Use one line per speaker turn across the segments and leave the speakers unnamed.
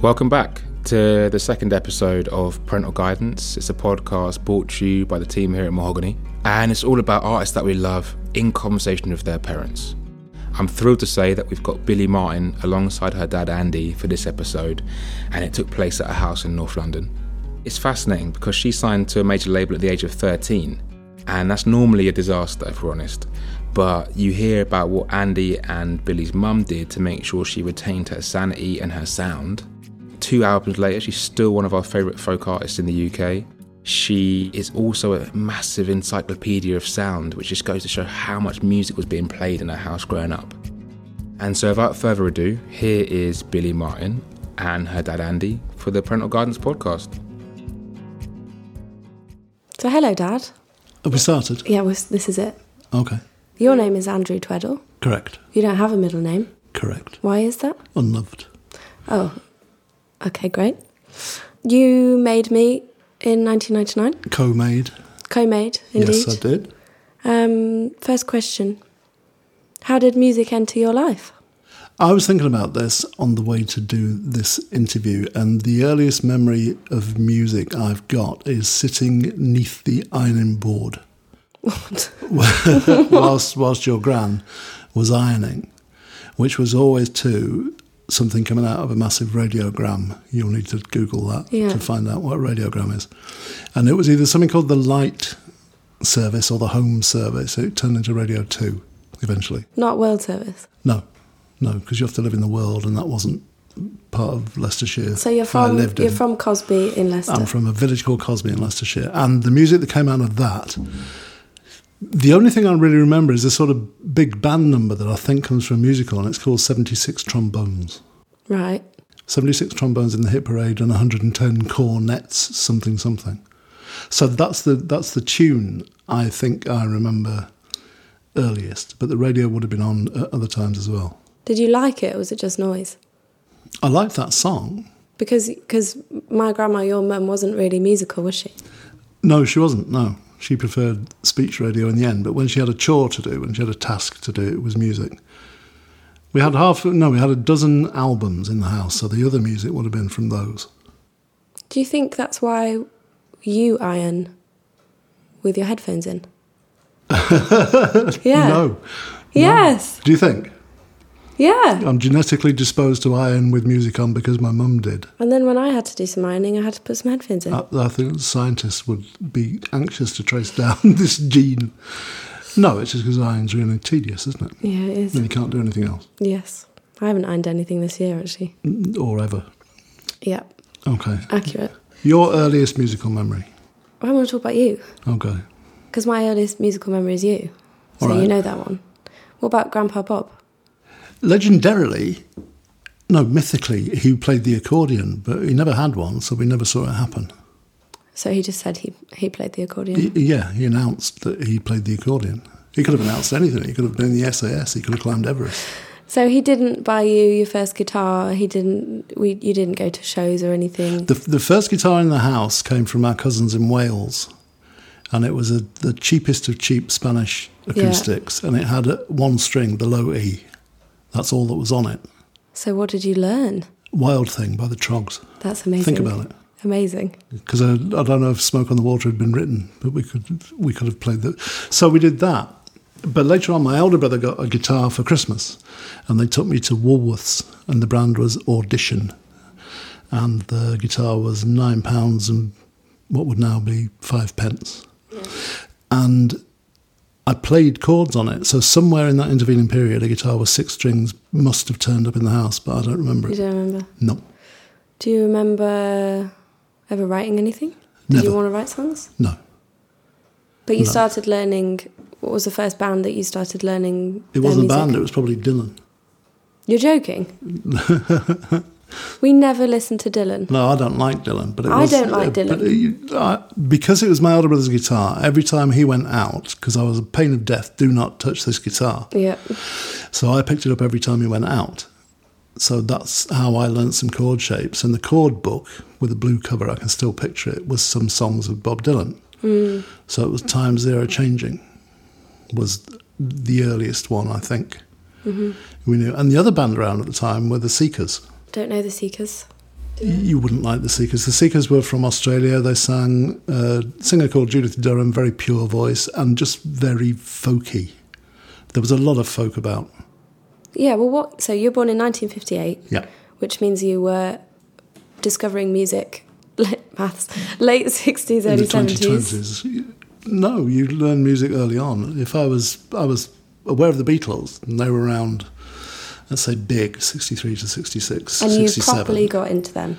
Welcome back to the second episode of Parental Guidance. It's a podcast brought to you by the team here at Mahogany, and it's all about artists that we love in conversation with their parents. I'm thrilled to say that we've got Billy Martin alongside her dad Andy for this episode, and it took place at a house in North London. It's fascinating because she signed to a major label at the age of 13, and that's normally a disaster if we're honest. But you hear about what Andy and Billy's mum did to make sure she retained her sanity and her sound two albums later, she's still one of our favourite folk artists in the UK. She is also a massive encyclopedia of sound, which just goes to show how much music was being played in her house growing up. And so, without further ado, here is Billy Martin and her dad Andy for the Parental Guidance podcast.
So, hello, Dad.
Have Oh, we started?
Yeah, well, this is it.
Okay.
Your name is Andrew Tweddle.
Correct.
You don't have a middle name.
Correct.
Why is that?
Unloved.
Oh, okay, great. You made me in 1999,
Co made.
co made, indeed.
Yes, I did.
Um, first question How did music enter your life?
I was thinking about this on the way to do this interview, and the earliest memory of music I've got is sitting neath the ironing board whilst, whilst your gran was ironing, which was always to something coming out of a massive radiogram. You'll need to Google that
Yeah.
to find out what a radiogram is. And it was either something called the light service or the home service. It turned into Radio 2 eventually.
Not World Service.
No, no, because you have to live in the world, and that wasn't part of Leicestershire.
So, you're
I
from,
lived
you're
in.
from Cosby in Leicester.
I'm from a village called Cosby in Leicestershire, and the music that came out of that. The only thing I really remember is this sort of big band number that I think comes from a musical, and it's called 76 Trombones.
right.
76 trombones in the hit parade and 110 cornets, something, something. So that's the, that's the tune I think I remember earliest, but the radio would have been on at other times as well.
Did you like it or was it just noise?
I liked that song,
Because cause my grandma, your mum, wasn't really musical, was she?
No, she wasn't. No, she preferred speech radio in the end. But when she had a chore to do, when she had a task to do, it was music. We had half. No, we had a dozen albums in the house, so the other music would have been from those.
Do you think that's why you iron with your headphones in? yeah.
No.
Yes.
Do you think
Yeah.
I'm genetically disposed to iron with music on because my mum did?
And then when I had to do some ironing, I had to put some headphones in.
I, I think scientists would be anxious to trace down this gene. No, it's just because iron's really tedious, isn't it?
yeah, it is.
Then you can't do anything else
Yes. I haven't ironed anything this year, actually.
or ever.
Yeah.
Okay.
Accurate.
Your earliest musical memory.
I want to talk about you
Okay.
because my earliest musical memory is you. So
All right.
you know that one. What about Grandpa Bob?
legendarily, no, mythically, he played the accordion, but he never had one, so we never saw it happen.
So he just said he, he played the accordion.
He, yeah, he announced that he played the accordion. He could have announced anything. He could have done the SAS. He could have climbed Everest.
So he didn't buy you your first guitar. He didn't. We you didn't go to shows or anything.
The, the first guitar in the house came from our cousins in Wales, and it was a, the cheapest of cheap Spanish acoustics, and it had a, one string, the low E. That's all that was on it.
so what did you learn?
Wild Thing by the Trogs.
That's amazing.
Think about it.
Amazing.
because I, I don't know if Smoke on the Water had been written, but we could we could have played that. So we did that. But later on, my elder brother got a guitar for Christmas, and they took me to Woolworths, and the brand was Audition, and the guitar was nine pounds and what would now be five pence, and. I played chords on it, so somewhere in that intervening period, a guitar with six strings must have turned up in the house, but I don't remember
You
it.
don't remember?
No,
Do you remember ever writing anything? Did you
Never.
want to write songs?
no.
But you
No.
started learning. What was the first band that you started learning?
It
their
wasn't a
music?
band, it was probably Dylan.
You're joking. we never listened to Dylan.
No, I don't like Dylan, but it
I
was,
don't like
uh,
Dylan.
but he- I- because it was my older brother's guitar. Every time he went out, because I was a pain of death, do not touch this guitar.
Yeah.
So I picked it up every time he went out. So that's how I learnt some chord shapes. And the chord book with a blue cover, I can still picture it, was some songs of Bob Dylan.
Mm.
So it was Time Zero Changing was the earliest one, I think.
Mm-hmm.
We knew. And the other band around at the time were the Seekers.
Don't know the Seekers.
you wouldn't like the Seekers. The Seekers were from Australia. They sang a singer called Judith Durham, very pure voice and just very folky. There was a lot of folk about.
Yeah, well, what? So you were born in 1958,
Yeah.
which means you were discovering music, maths, late 60s,
in
early
the
70s.
2020s. No, you learn music early on. If I was, I was aware of the Beatles, and they were around. Let's say big, sixty-three to 66,
And you
67.
properly got into them.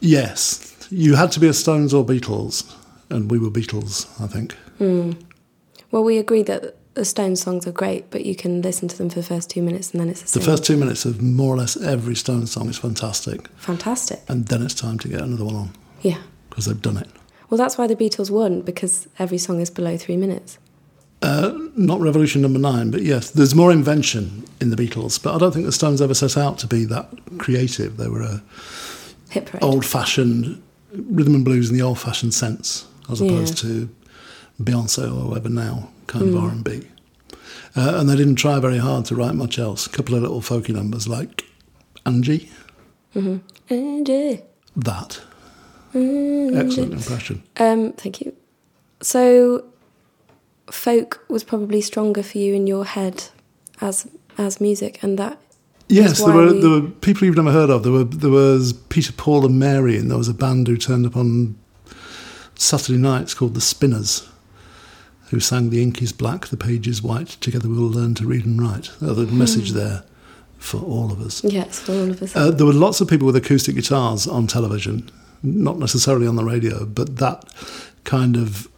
Yes, you had to be a Stones or Beatles, and we were Beatles, I think.
Well, we agree that the Stones songs are great, but you can listen to them for the first two minutes and then it's
The
same.
first two minutes of more or less every Stones song is fantastic,
Fantastic.
and then it's time to get another one on
Yeah.
because they've done it.
Well, that's why the Beatles won, because every song is below three minutes.
Not Revolution Number Nine, but yes, there's more invention in the Beatles. But I don't think the Stones ever set out to be that creative. They were a
Hit parade.
old fashioned rhythm and blues in the old fashioned sense, as
Yeah.
opposed to Beyonce or whatever now kind of R and B. Uh, and they didn't try very hard to write much else. A couple of little folky numbers like Angie,
Angie.
that
Angie.
excellent impression.
Um, thank you. So, folk was probably stronger for you in your head as as music, and that
Yes, there
why
were
we-
there were people you've never heard of. There were there was Peter Paul and Mary, and there was a band who turned up on Saturday nights called the Spinners, who sang "The Ink Is Black, the Page Is White." Together we'll learn to read and write. Uh, The
Hmm.
message there for all of us.
yes, for all of us.
Uh, there were lots of people with acoustic guitars on television, not necessarily on the radio, but that kind of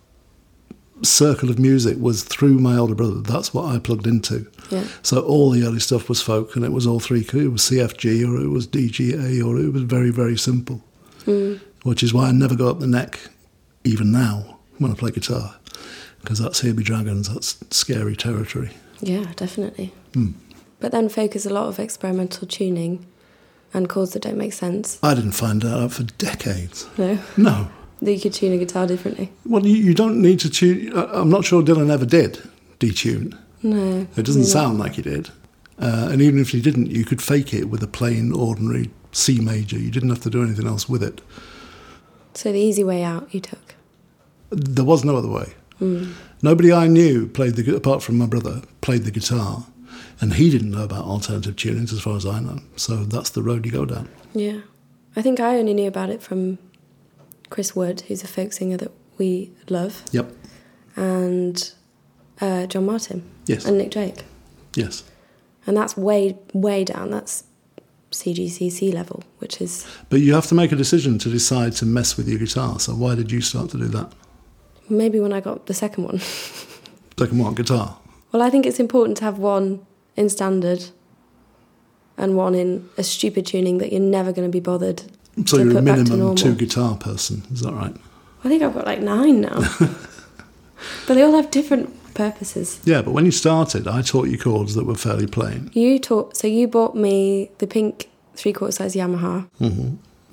circle of music was through my older brother. That's what I plugged into.
yeah,
So all the early stuff was folk, and it was all three. It was CFG or it was DGA or it was very very simple, which is why I never go up the neck, even now when I play guitar, because that's here be dragons. That's scary territory.
yeah, definitely.
Hmm.
But then folk is a lot of experimental tuning and chords that don't make sense.
I didn't find that out for decades.
No,
No.
that you could tune a guitar differently.
Well, you, you don't need to tune. I- I'm not sure Dylan ever did detune.
No,
It doesn't sound like he did. Uh, and even if he didn't, you could fake it with a plain, ordinary C major. You didn't have to do anything else with it.
So the easy way out you took.
There was no other way. Nobody I knew played the gu- apart from my brother played the guitar, and he didn't know about alternative tunings as far as I know. So that's the road you go down.
Yeah, I think I only knew about it from Chris Wood, who's a folk singer that we love,
Yep.
and uh, John Martin
Yes.
and Nick Drake.
yes.
and that's way way down that's cgcc level which is
But you have to make a decision to decide to mess with your guitar. So why did you start to do that?
maybe when i got the second one
Second what guitar?
well i think it's important to have one in standard and one in a stupid tuning that you're never going to be bothered
So
to
you're a
put back to
minimum
normal.
two guitar person. Is that right?
i think i've got like nine now but they all have different purposes
Yeah. But when you started, I taught you chords that were fairly plain.
you taught so you bought me the pink three quarter size yamaha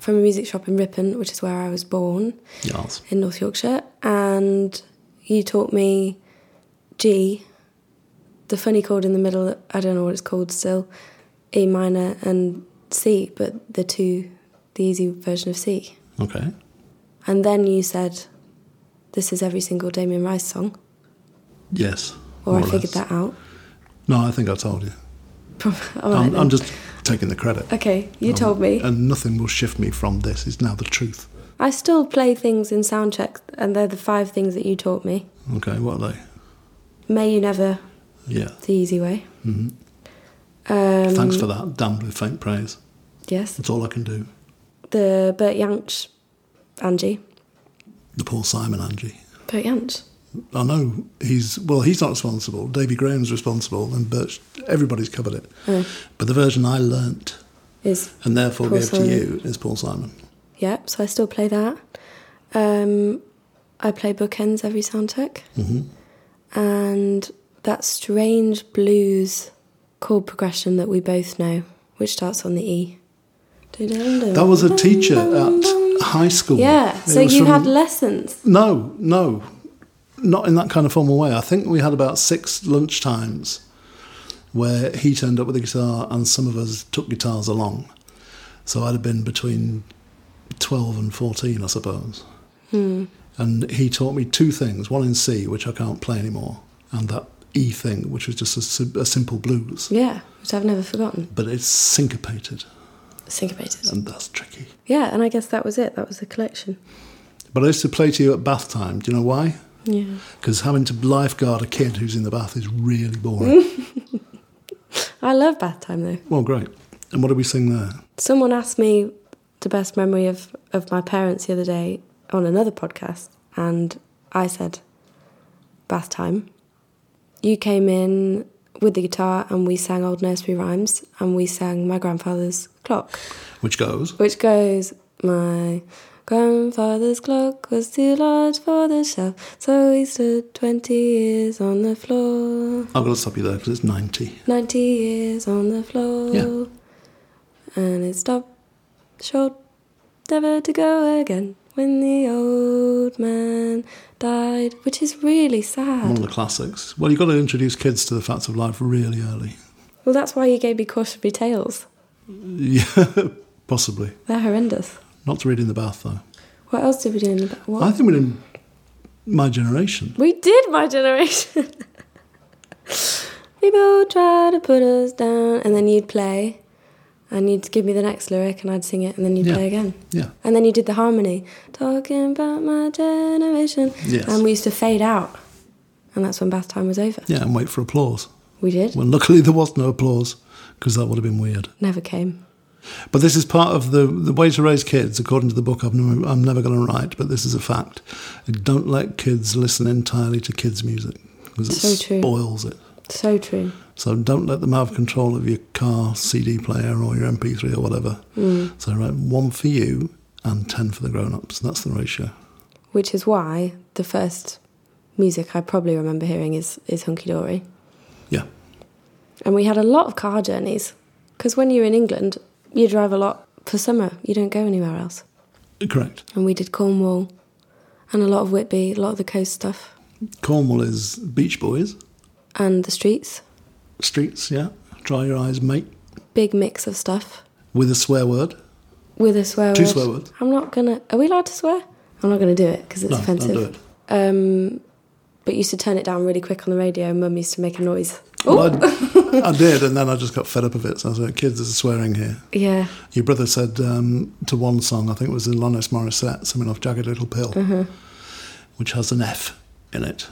from a music shop in ripon which is where i was born
Yes.
in North Yorkshire, and you taught me G, the funny chord in the middle. I don't know what it's called still, E minor and C, but the two, the easy version of C.
Okay.
And then you said, "This is every single Damien Rice song,"
Yes.
or I
more
figured
less.
that out.
No, I think I told you.
All right,
I'm,
then.
I'm just taking the credit.
okay. You told me.
And nothing will shift me from this. It's now the truth.
I still play things in soundcheck, and they're the five things that you taught me.
Okay, what are they?
May you never
Yeah.
the easy way. Um,
Thanks for that. Damned with faint praise.
Yes.
That's all I can do.
the Bert Jansch, Angie.
The Paul Simon Angie.
Bert Jansch.
I know he's well. He's not responsible. Davy Graham's responsible, and Birch. Everybody's covered it.
Oh.
But the version I learnt
Is
and therefore
Paul
gave
Simon.
to you is Paul Simon.
yeah, so I still play that. Um, I play bookends every soundtrack,
Mm-hmm.
and that strange blues chord progression that we both know, which starts on the E.
That was a teacher at high school.
Yeah,
It
so
was
you
from-
had lessons.
No, no, not in that kind of formal way. I think we had about six lunchtimes where he turned up with a guitar and some of us took guitars along. So I'd have been between 12 and 14, I suppose. And he taught me two things one in C, which I can't play anymore, and that E thing, which was just a, sim- a simple blues.
Yeah, which I've never forgotten.
But it's syncopated,
Syncopated.
and that's tricky.
Yeah, and I guess that was it. That was the collection.
But I used to play to you at bath time. Do you know why?
Yeah.
Because having to lifeguard a kid who's in the bath is really boring.
I love bath time though.
well, great. And what did we sing there?
Someone asked me the best memory of, of my parents the other day on another podcast, and I said, bath time. You came in with the guitar, and we sang old nursery rhymes, and we sang my grandfather's clock,
Which goes.
which goes, My grandfather's clock was too large for the shelf, so he stood 20 years on the floor.
I've got to stop you there because it's 90.
90 years on the floor.
Yeah.
And it stopped short, never to go again, when the old man died, which is really
One
sad.
of the classics. Well, you've got to introduce kids to the facts of life really early.
Well, that's why you gave me cautionary tales.
Yeah, possibly.
They're horrendous.
Not to read in the bath, though.
What else did we do in the what?
I think we're in my generation.
We did my generation. People try to put us down, and then you'd play, and you'd give me the next lyric, and I'd sing it, and then you'd
Yeah.
play again.
Yeah.
And then you did the harmony, talking about my generation.
Yes.
And we used to fade out. And that's when bath time was over.
Yeah, and wait for applause.
We did.
Well, luckily there was no applause because that would have been weird.
Never came.
But this is part of the, the way to raise kids, according to the book I've never, I'm never going to write, but this is a fact. Don't let kids listen entirely to kids' music because it
So true.
spoils it.
So true.
So don't let them have control of your car CD player or your MP3 or whatever. So right, one for you and ten for the grown-ups. That's the ratio.
Which is why the first music I probably remember hearing is, is Hunky Dory.
Yeah,
And we had a lot of car journeys. Because when you're in England, you drive a lot for summer. You don't go anywhere else.
correct.
And we did Cornwall and a lot of Whitby, a lot of the coast stuff
Cornwall is Beach Boys,
and the streets.
streets. Yeah, dry your eyes, mate.
Big mix of stuff.
With a swear word.
With a swear
Two
word.
swear words.
I'm not gonna. Are we allowed to swear? I'm not gonna do it because it's
No,
offensive.
don't do it.
Um, but used to turn it down really quick on the radio. and Mum used to make a noise.
Well, I, I did, and then I just got fed up of it. So I said, "Kids, there's swearing here."
Yeah,
Your brother said um, to one song, I think it was Alanis Morissette, something off Jagged Little Pill, which has an F in it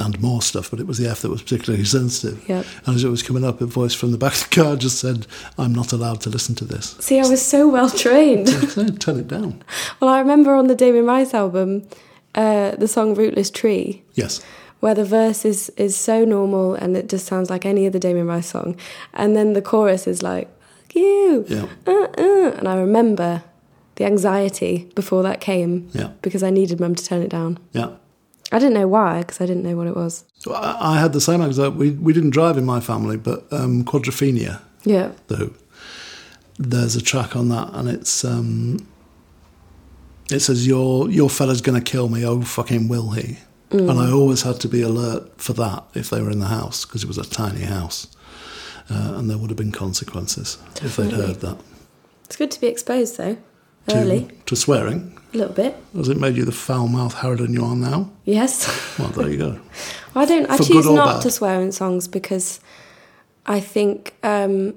and more stuff, but it was the F that was particularly sensitive.
Yep.
And as it was coming up, a voice from the back of the car just said, I'm not allowed to listen to this.
see, I was so well trained.
I said, Turn it down.
well, I remember on the Damien Rice album, uh, the song "Rootless Tree."
Yes.
where the verse is is so normal and it just sounds like any other Damien Rice song, and then the chorus is like "fuck you,"
Yeah.
uh-uh. and I remember the anxiety before that came
Yeah.
because I needed Mum to turn it down.
Yeah.
I didn't know why because I didn't know what it was.
So I, I had the same anxiety. We, we didn't drive in my family, but um, quadrophenia,
Yeah,
though, there's a track on that, and it's. Um, it says your your fella's gonna kill me. Oh fucking will he?
Mm.
And I always had to be alert for that if they were in the house because it was a tiny house, uh, and there would have been consequences if they'd
Definitely.
heard that.
it's good to be exposed though,
To-
early
to swearing,
a little bit.
has it made you the foul mouth harridan you are now?
Yes,
Well, there you go.
I don't. I
For good
choose
or
not
bad?
to swear in songs because I think um,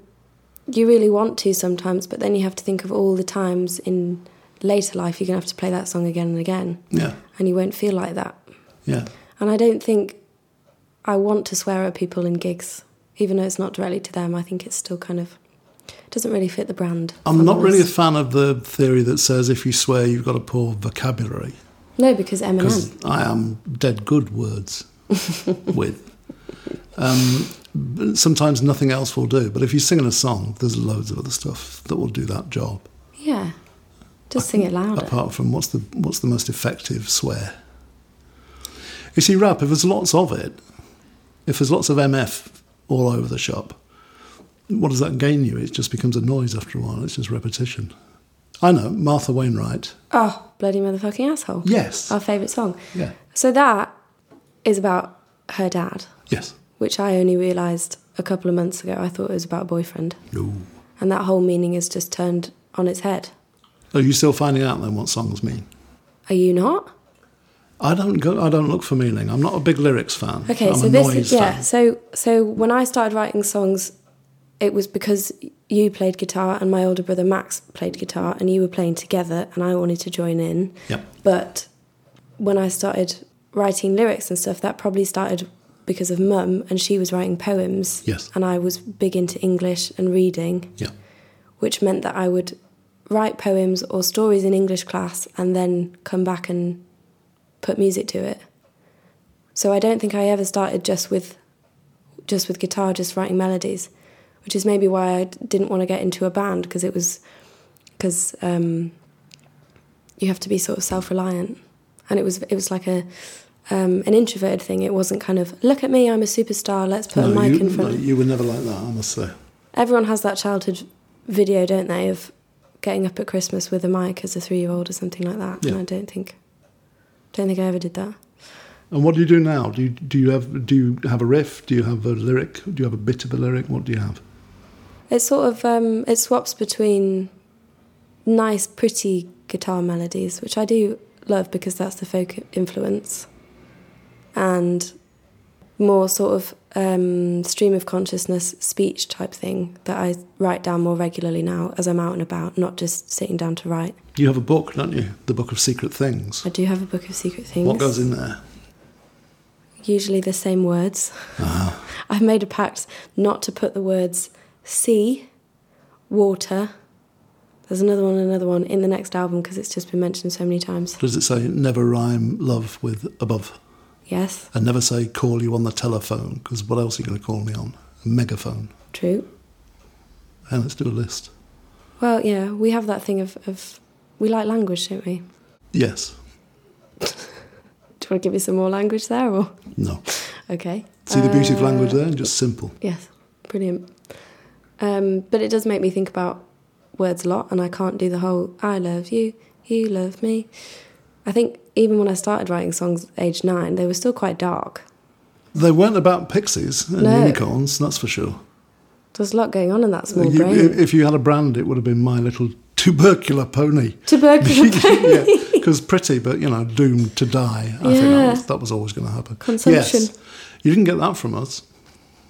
you really want to sometimes, but then you have to think of all the times in later life you're gonna have to play that song again and again.
Yeah,
and you won't feel like that.
yeah.
And I don't think I want to swear at people in gigs, even though it's not directly to them. I think it's still kind of doesn't really fit the brand. if
I'm not really a
honest.
fan of the theory that says if you swear you've got a poor vocabulary.
no, because Eminem.
because I am dead good words with. Um, but sometimes nothing else will do, but if you're singing a song, there's loads of other stuff that will do that job.
Yeah, just sing it louder.
Apart from what's the what's the most effective swear? You see, rap. If there's lots of it, if there's lots of MF all over the shop, what does that gain you? It just becomes a noise after a while. It's just repetition. I know Martha Wainwright.
Oh, bloody motherfucking asshole!
Yes.
Our favourite song.
yeah.
So that is about her dad,
Yes.
which I only realised a couple of months ago. I thought it was about a boyfriend,
No.
and that whole meaning is just turned on its head.
Are you still finding out then what songs mean?
Are you not?
I don't go. I don't look for meaning. I'm not a big lyrics fan.
Okay,
I'm
so
a
this
noise
yeah,
fan.
so so when I started writing songs, it was because you played guitar and my older brother Max played guitar and you were playing together and I wanted to join in.
Yep.
But when I started writing lyrics and stuff, that probably started because of mum and she was writing poems.
Yes.
And I was big into English and reading,
Yeah.
which meant that I would write poems or stories in English class and then come back and put music to it. So I don't think I ever started just with just with guitar, just writing melodies, which is maybe why I d- didn't want to get into a band because it was because um, you have to be sort of self reliant, and it was it was like a um, an introverted thing. It wasn't kind of look at me, I'm a superstar. Let's put a
no,
mic
you,
in front.
no,
of
you were never like that. I must say.
Everyone has that childhood video, don't they, of getting up at Christmas with a mic as a three year old or something like that.
Yeah.
And I don't think don't think I ever did that.
And what do you do now? Do you do you have do you have a riff? Do you have a lyric? Do you have a bit of a lyric? What do you have?
It sort of um, it swaps between nice, pretty guitar melodies, which I do love because that's the folk influence, and more sort of um, stream of consciousness speech type thing that I write down more regularly now as I'm out and about, not just sitting down to write.
You have a book, don't you? The book of secret things.
I do have a book of secret things.
What goes in there?
Usually the same words.
Uh-huh.
I've made a pact not to put the words sea, water. There's another one, another one in the next album because it's just been mentioned so many times.
Does it say never rhyme love with above?
Yes,
And never say call you on the telephone because what else are you going to call me on? A megaphone.
true.
And let's do a list.
Well, yeah, we have that thing of, of we like language, don't we?
Yes.
Do you want to give me some more language there, or
No.
okay?
See the beauty of
Uh,
language there? Just simple.
Yes, brilliant. Um, but it does make me think about words a lot, and I can't do the whole "I love you, you love me." I think even when I started writing songs at age nine, they were still quite dark.
They weren't about pixies and
No.
unicorns, that's for sure.
There's a lot going on in that small
You,
brain.
if you had a brand, it would have been My Little Tubercular Pony.
Tubercular
Because pretty, but you know, doomed to die. I think that
Yeah.
was, that was always going to happen.
Consumption.
Yes. You didn't get that from us.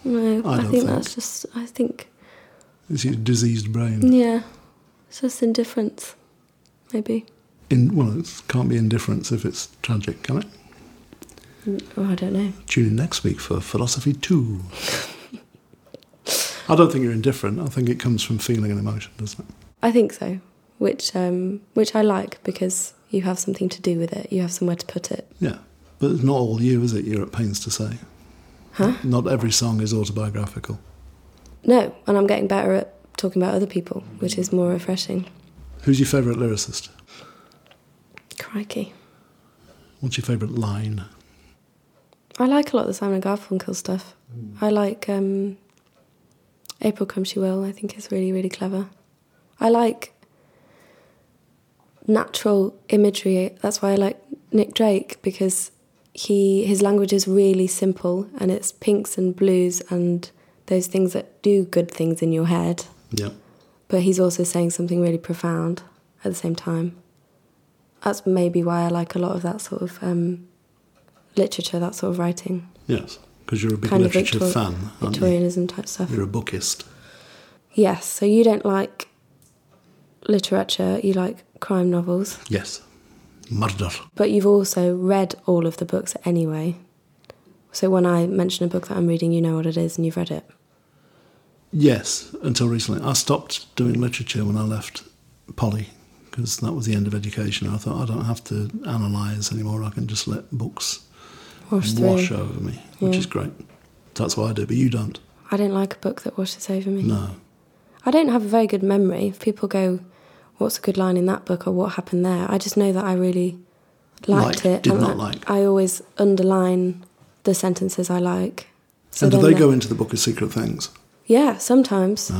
No,
I
I, think
don't think.
that's just. I think
It's your diseased brain.
yeah, it's just indifference, maybe.
In, well, it can't be indifference if it's tragic, can it?
Oh, I don't know.
Tune in next week for Philosophy 2. I don't think you're indifferent. I think it comes from feeling and emotion, doesn't it?
I think so, which um, which I like because you have something to do with it. You have somewhere to put it.
Yeah. But it's not all you, is it? You're at pains to say.
Huh?
Not every song is autobiographical.
No, and I'm getting better at talking about other people, which is more refreshing.
Who's your favourite lyricist?
Crikey.
What's your favourite line?
I like a lot of the Simon and Garfunkel stuff. I like um, April Come She Will, I think is really, really clever. I like natural imagery. That's why I like Nick Drake because he his language is really simple and it's pinks and blues and those things that do good things in your head.
Yeah.
but he's also saying something really profound at the same time. That's maybe why I like a lot of that sort of um, literature, that sort of writing,
Yes. Because you're a big
kind of
literature
Victor-
fan, aren't you?
Victorianism type stuff.
You're a bookist.
Yes, so you don't like literature, you like crime novels,
Yes. Murder.
but you've also read all of the books anyway. So when I mention a book that I'm reading, you know what it is and you've read it.
Yes, until recently. I stopped doing literature when I left Poly because that was the end of education. I thought I don't have to analyse anymore. I can just let books
Wash through.
wash over me, which
Yeah.
is great. That's what I do, but you don't.
I don't like a book that washes over me.
No.
I don't have a very good memory. If people go, "What's a good line in that book?" or "What happened there?" I just know that I really liked
Liked,
it.
did
and
not
I,
like.
I always underline the sentences I like. So
and do
then
they
the-
go into the book of secret things?
Yeah, sometimes.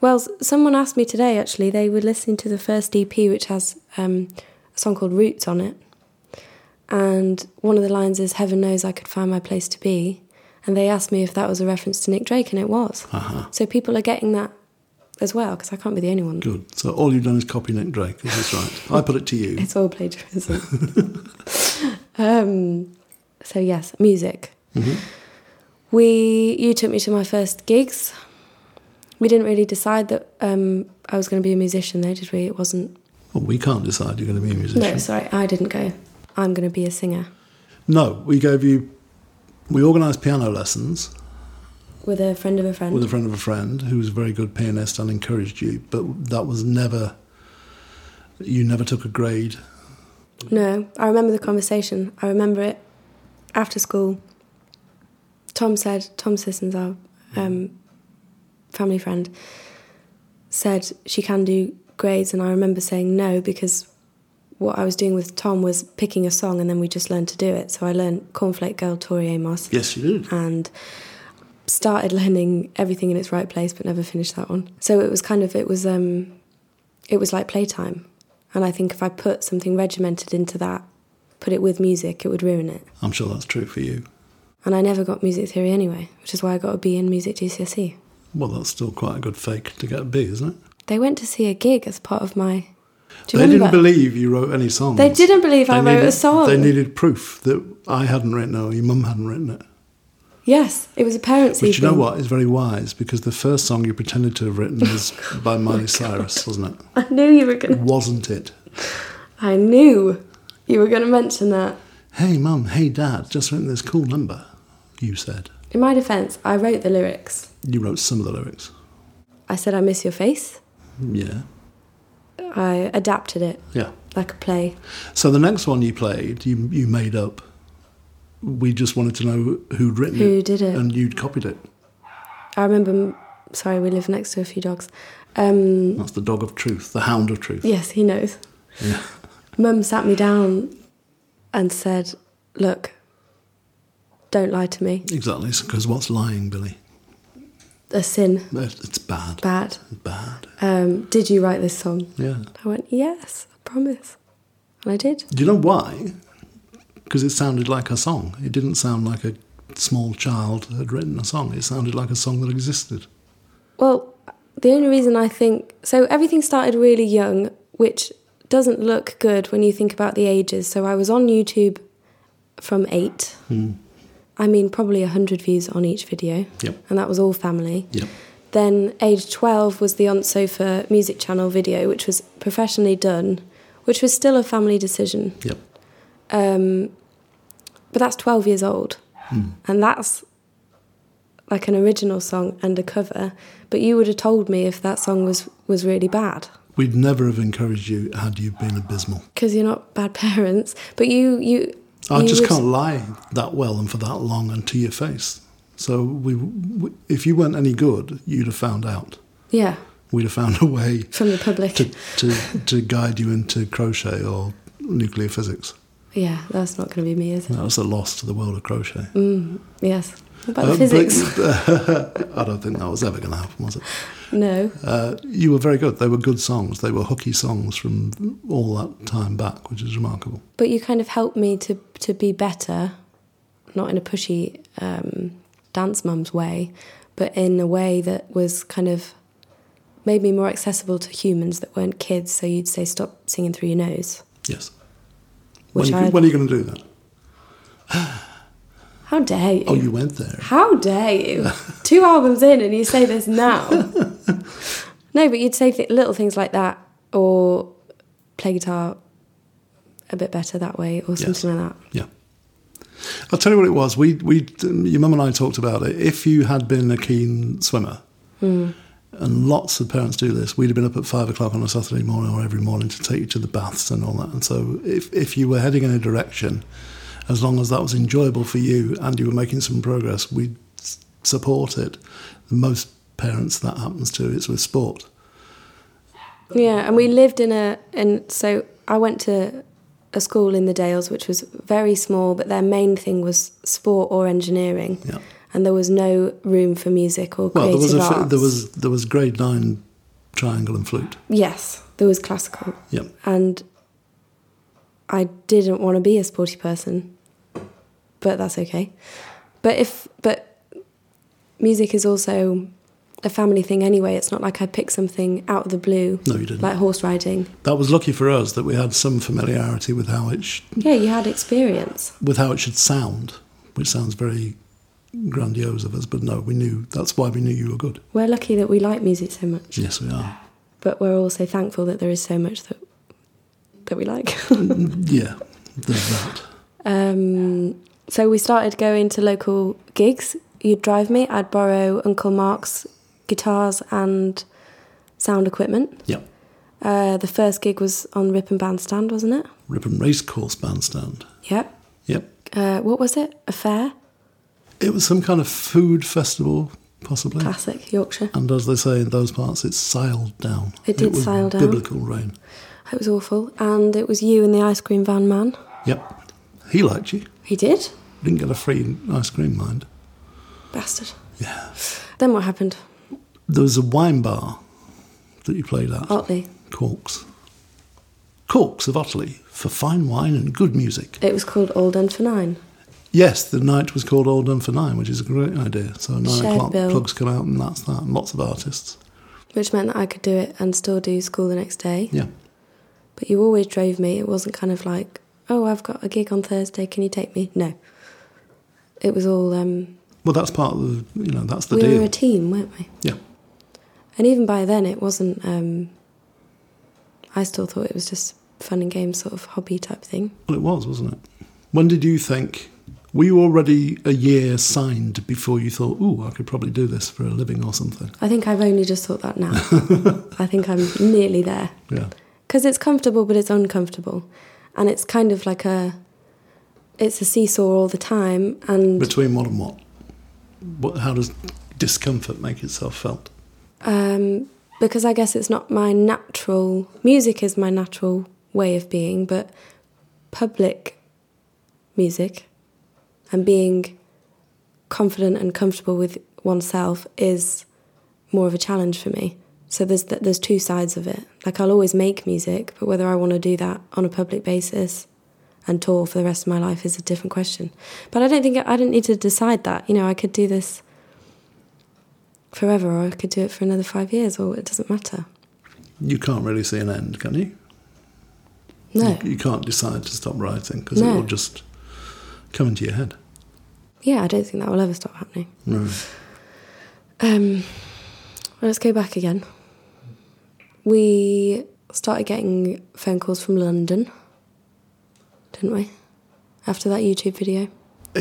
Well, s- someone asked me today. Actually, they were listening to the first EP, which has um, a song called "Roots" on it, and one of the lines is "Heaven knows I could find my place to be," and they asked me if that was a reference to Nick Drake, and it was. So people are getting that as well because I can't be the only one.
Good. So all you've done is copy Nick Drake. That's right. I put it to you.
It's all plagiarism. um, so yes, music. We you took me to my first gigs. We didn't really decide that um, I was going to be a musician, though, did we? It wasn't.
Well, we can't decide you're going to be a
No,
musician.
sorry, I didn't go. I'm going to be a singer
No, we gave you. We organised piano lessons
with a friend of a friend.
with a friend of a friend who was a very good pianist and encouraged you, but that was never. You never took a grade.
No, I remember the conversation. I remember it after school. Tom said, Tom Sisson's our um, family friend, said she can do grades, and I remember saying no because what I was doing with Tom was picking a song and then we just learned to do it. So I learned Cornflake Girl, Tori Amos,
Yes, you did.
and started learning everything in its right place, but never finished that one. So it was kind of it was um, it was like playtime, and I think if I put something regimented into that, put it with music, it would ruin it.
I'm sure that's true for you.
And I never got music theory anyway, which is why I got a B in music GCSE.
Well, that's still quite a good fake to get a B, isn't it?
They went to see a gig as part of my. Do
They
you remember?
didn't believe you wrote any songs.
They didn't believe I
They
wrote
needed-
a song.
They needed proof that I hadn't written it or your mum hadn't written it.
yes, it was a parents'
Which, you
evening.
know what, is very wise because the first song you pretended to have written was
Oh
by Miley Cyrus, wasn't it?
I knew you were gonna.
Wasn't it?
I knew you were gonna mention that.
Hey, mum, hey, dad, just written this cool number, you said.
In my defence, I wrote the lyrics.
You wrote some of the lyrics.
I said I miss your face.
Yeah.
I adapted it
Yeah.
like a play.
So the next one you played, you, you made up. We just wanted to know who'd written
Who
it.
did it?
And you'd copied it.
I remember. m- Sorry, we live next to a few dogs. Um,
That's the dog of truth, the hound of truth.
yes, he knows.
Yeah.
Mum sat me down and said, "Look, don't lie to me.
Exactly, because what's lying, Billy?
A sin,
It's it's bad.
bad.
Bad.
Um, did you write this song?"
Yeah.
I went, "Yes, I promise," and I did.
Do you know why? Because it sounded like a song. It didn't sound like a small child had written a song. It sounded like a song that existed.
Well, the only reason I think so, everything started really young, which doesn't look good when you think about the ages. So I was on YouTube from eight.
Hmm.
I mean, probably 100 views on each video.
Yep.
And that was all family.
Yep.
Then, age 12 was the On Sofa music channel video, which was professionally done, which was still a family decision.
Yep.
Um, but that's 12 years old.
Hmm.
And that's like an original song and a cover. But you would have told me if that song was, was really bad
We'd never have encouraged you had you been abysmal.
because you're not bad parents. But you. you
I
you
just
would-
can't lie that well and for that long and to your face. So we, we, if you weren't any good, you'd have found out.
Yeah,
We'd have found a way
from the public.
to, to, to guide you into crochet or nuclear physics.
yeah, that's not going to be me, is it?
That was a loss to the world of crochet.
Yes. What about
Uh,
the
but-
physics?
I don't think that was ever going to happen, was it?
no.
Uh, you were very good. They were good songs. They were hooky songs from all that time back, which is remarkable.
But you kind of helped me to, to be better, not in a pushy um, dance mum's way, but in a way that was kind of made me more accessible to humans that weren't kids. So you'd say, stop singing through your nose.
Yes.
Which
when, are
I-
you, when are you going to do that?
How dare you?
Oh, you went there.
How dare you? Two albums in and you say this now. no, but you'd say th- little things like that or play guitar a bit better that way or
Yes.
something like that.
Yeah. I'll tell you what it was. We, we, your mum and I talked about it. If you had been a keen swimmer,
Hmm.
and lots of parents do this, we'd have been up at five o'clock on a Saturday morning or every morning to take you to the baths and all that. And so, if, if you were heading in a direction, as long as that was enjoyable for you and you were making some progress, we'd s- support it. Most parents that happens to, it's with sport.
Yeah, and we lived in a and so I went to a school in the Dales which was very small, but their main thing was sport or engineering.
Yeah.
And there was no room for music or
Well,
creative
there was, a, fi-
arts.
there, was, there was grade nine triangle and flute.
yes, there was classical,
Yeah.
and I didn't want to be a sporty person, but that's okay. But if but music is also a family thing anyway. It's not like I picked something out of the blue,
No, you didn't.
like horse riding.
that was lucky for us that we had some familiarity with how it sh-
Yeah, you had experience.
with how it should sound, which sounds very grandiose of us, but no, we knew that's why we knew you were good.
We're lucky that we like music so much,
Yes, we are.
but we're also thankful that there is so much that that we like.
Yeah, there's that.
Um, so we started going to local gigs. You'd drive me, I'd borrow Uncle Mark's guitars and sound equipment.
Yeah,
Uh, the first gig was on Rip and Bandstand, wasn't it?
Rip and Racecourse bandstand.
Yep.
Yep.
Uh, what was it? A fair?
It was some kind of food festival, possibly.
Classic, Yorkshire.
And as they say in those parts, it sailed down.
It did
was
sail down.
Biblical rain.
It was awful. And it was you and the ice cream van man.
Yep. He liked you.
He did?
Didn't get a free ice cream, mind.
Bastard.
Yeah.
Then what happened?
There was a wine bar that you played at.
Otley.
Corks. Corks of Otley for fine wine and good music.
It was called Old End for Nine.
Yes, the night was called All Done for Nine, which is a great idea. So nine
Shared
o'clock
bill.
plugs come out and that's that. And lots of artists.
Which meant that I could do it and still do school the next day.
Yeah.
But you always drove me. It wasn't kind of like, oh, I've got a gig on Thursday. Can you take me? No. It was all. Um,
Well, that's part of the, you know, that's the
we
deal.
were a team, weren't we?
yeah.
And even by then, it wasn't. Um, I still thought it was just fun and games, sort of hobby type thing.
Well, it was, wasn't it? When did you think? Were you already a year signed before you thought, ooh, I could probably do this for a living or something?
I think I've only just thought that now. I think I'm nearly there.
Yeah.
because it's comfortable but it's uncomfortable and it's kind of like a it's a seesaw all the time and
Between what and what? what how does discomfort make itself felt?
um, because i guess it's not my natural music is my natural way of being but public music and being confident and comfortable with oneself is more of a challenge for me so there's th- there's two sides of it like i'll always make music but whether i want to do that on a public basis and tour for the rest of my life is a different question but i don't think i didn't need to decide that you know i could do this forever or i could do it for another 5 years or it doesn't matter
You can't really see an end, can you?
no
You, you can't decide to stop writing because it
No.
will just come into your head.
yeah i don't think that will ever stop happening
No.
Um, well, let's go back again. We started getting phone calls from London, didn't we? After that YouTube video.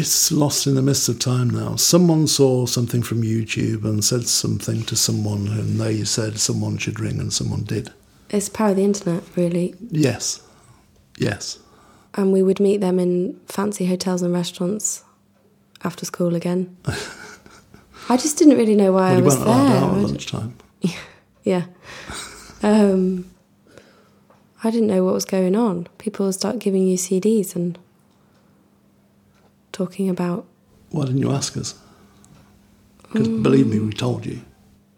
It's lost in the mist of time now. Someone saw something from YouTube and said something to someone, and they said someone should ring, and someone did.
It's the power of the internet, really.
Yes. Yes.
And we would meet them in fancy hotels and restaurants after school again. I just didn't really know why
Well,
I
you
was
weren't
there.
allowed out
I
at
d-
lunchtime.
Yeah. Um, I didn't know what was going on. People would start giving you CDs and talking about.
Why didn't you ask us? 'Cause believe me, we told you.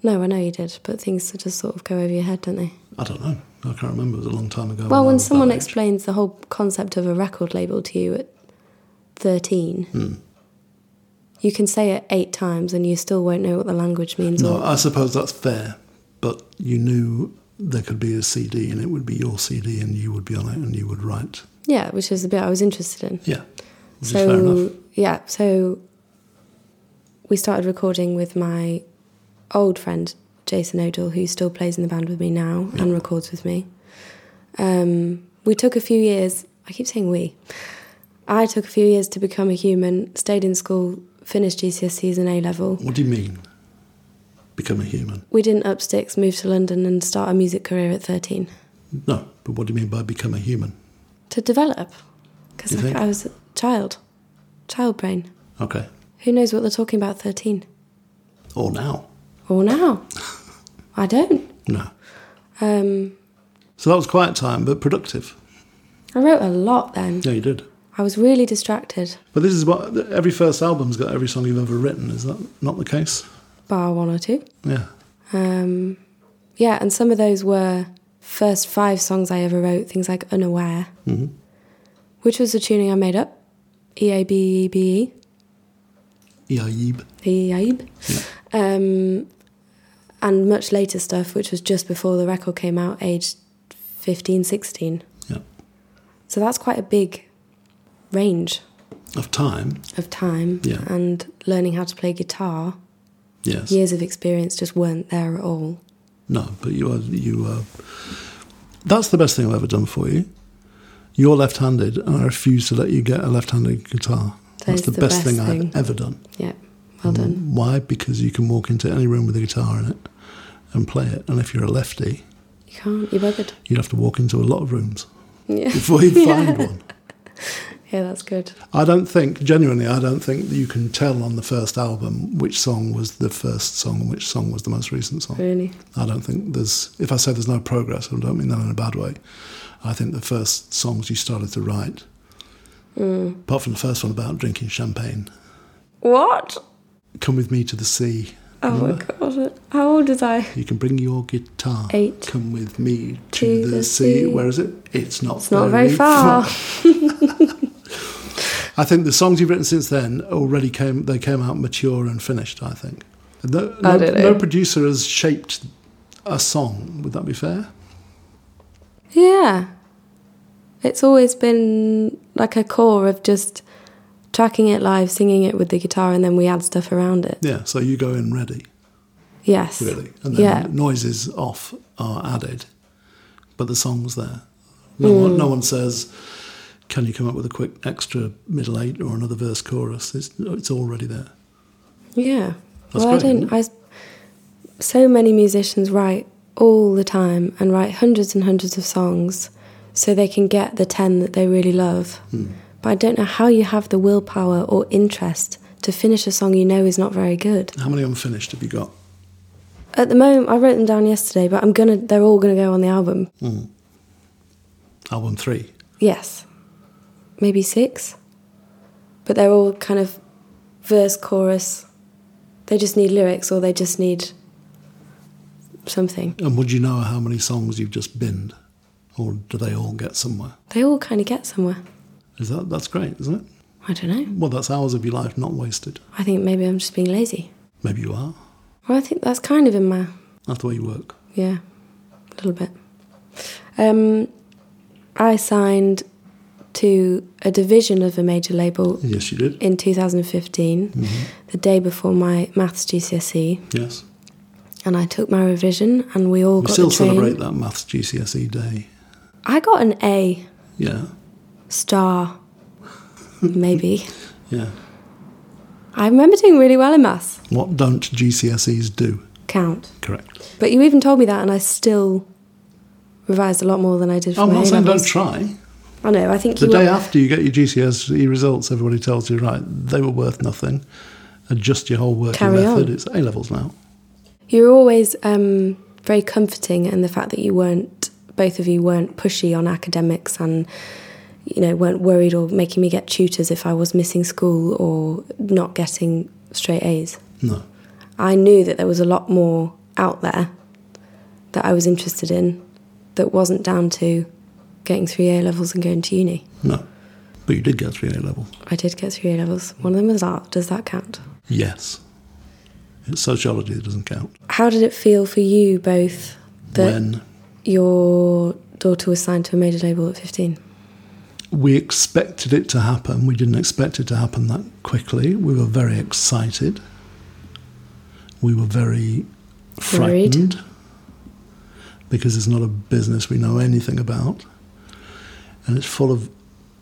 No, I know you did, but things just sort of go over your head, don't they?
I don't know. I can't remember. It was a long time ago.
Well,
I
when
was that
someone
age.
explains the whole concept of a record label to you at 13, you can say it eight times and you still won't know what the language means.
No,
Or,
I suppose that's fair. But you knew there could be a CD and it would be your CD and you would be on it and you would write.
yeah, which is the bit I was interested in.
Yeah. Which is fair
so
enough.
yeah so we started recording with my old friend jason odell who still plays in the band with me now and records with me um, we took a few years i keep saying we i took a few years to become a human stayed in school finished gcse's and a level
What do you mean? Become a human?
we didn't up sticks move to london and start a music career at 13
No. But what do you mean by become a human?
to develop because
You
like,
think?
i was a child child brain
Okay.
who knows what they're talking about at 13
Or now?
Or now. I don't.
No.
Um,
So that was quiet time, but productive.
I wrote a lot then.
Yeah, you did.
I was really distracted,
But this is what every first album's got every song you've ever written. Is that not the case?
bar one or two.
Yeah.
Um, yeah, and some of those were first five songs I ever wrote, things like Unaware, which was the tuning I made up. E A B E B E.
Yaib.
Yaib. Um, and much later stuff, which was just before the record came out, aged 15, 16.
Yeah.
So that's quite a big range
Of time.
of time.
Yeah.
And learning how to play guitar,
Yes.
years of experience just weren't there at all.
No, but you are you are. That's the best thing I've ever done for you. You're left-handed, and I refuse to let you get a left-handed guitar.
That
That's
is
the,
the
best,
best
thing,
thing.
I've ever done.
Yeah. Mm. Well done.
Why? Because you can walk into any room with a guitar in it and play it. And if you're a lefty,
You can't. You buggered.
you'd have to walk into a lot of rooms
Yeah.
before you find one.
Yeah, that's good.
I don't think, genuinely, I don't think that you can tell on the first album which song was the first song and which song was the most recent song.
Really.
I don't think there's. If I say there's no progress, I don't mean that in a bad way. I think the first songs you started to write,
Mm.
apart from the first one about drinking champagne,
What?
"Come with me to the sea."
Oh my god. How old was I?
You can bring your guitar.
Eight.
Come with me to,
To
the,
the
sea.
sea.
Where is it? It's not.
It's not very far.
I think the songs you've written since then already came. They came out mature and finished. I think. No,
I
no-
don't know.
no producer has shaped a song. Would that be fair?
Yeah. It's always been like a core of just tracking it live, singing it with the guitar, and then we add stuff around it.
Yeah. So you go in ready.
Yes.
really. And then
Yeah.
noises off are added, but the song's there. No, one,
Mm.
no one says, can you come up with a quick extra middle eight or another verse chorus? It's, it's already there.
Yeah.
That's
well,
great,
I don't. I, s- so many musicians write all the time and write hundreds and hundreds of songs so they can get the 10 that they really love.
Hmm.
But I don't know how you have the willpower or interest to finish a song you know is not very good.
How many unfinished have you got?
At the moment, I wrote them down yesterday, but I'm gonna. They're all gonna go on the album.
Album three.
Yes. Maybe six. But they're all kind of verse, chorus. They just need lyrics or they just need something.
And would you know how many songs you've just binned? Or do they all get somewhere?
They all kind of get somewhere.
Is that that's great, isn't it?
I don't know.
Well, that's hours of your life not wasted.
I think maybe I'm just being lazy.
Maybe you are.
Well, I think that's kind of in my.
That's the way you work.
Yeah, a little bit. Um, I signed to a division of a major label
Yes, you did.
in 2015,
Mm-hmm.
the day before my maths GCSE.
Yes.
E, and I took my revision, and we all
We
got
still
the train.
celebrate that maths GCSE E day.
I got an A
Yeah.
star, maybe.
Yeah.
I remember doing really well in maths.
What don't GCSEs do?
Count,
Correct.
but you even told me that, and I still revised a lot more than I did for
I'm
my
not saying Oh, don't
A-levels.
try.
I know. I think
The
you
day
were-
after you get your GCSE E results, everybody tells you, right, they were worth nothing. Adjust your whole working
Carry
method.
on.
It's A levels now.
you're always um, very comforting, and the fact that you weren't both of you weren't pushy on academics and. You know, weren't worried or making me get tutors if I was missing school or not getting straight A's.
No.
I knew that there was a lot more out there that I was interested in that wasn't down to getting three A levels and going to uni.
No. But you did get three A levels.
I did get three A levels. One of them was art. Does that count?
Yes. It's sociology that doesn't count.
How did it feel for you both that
when
your daughter was signed to a major label at 15?
we expected it to happen, we didn't expect it to happen that quickly. We were very excited. We were very
Worried.
frightened because it's not a business we know anything about. And it's full of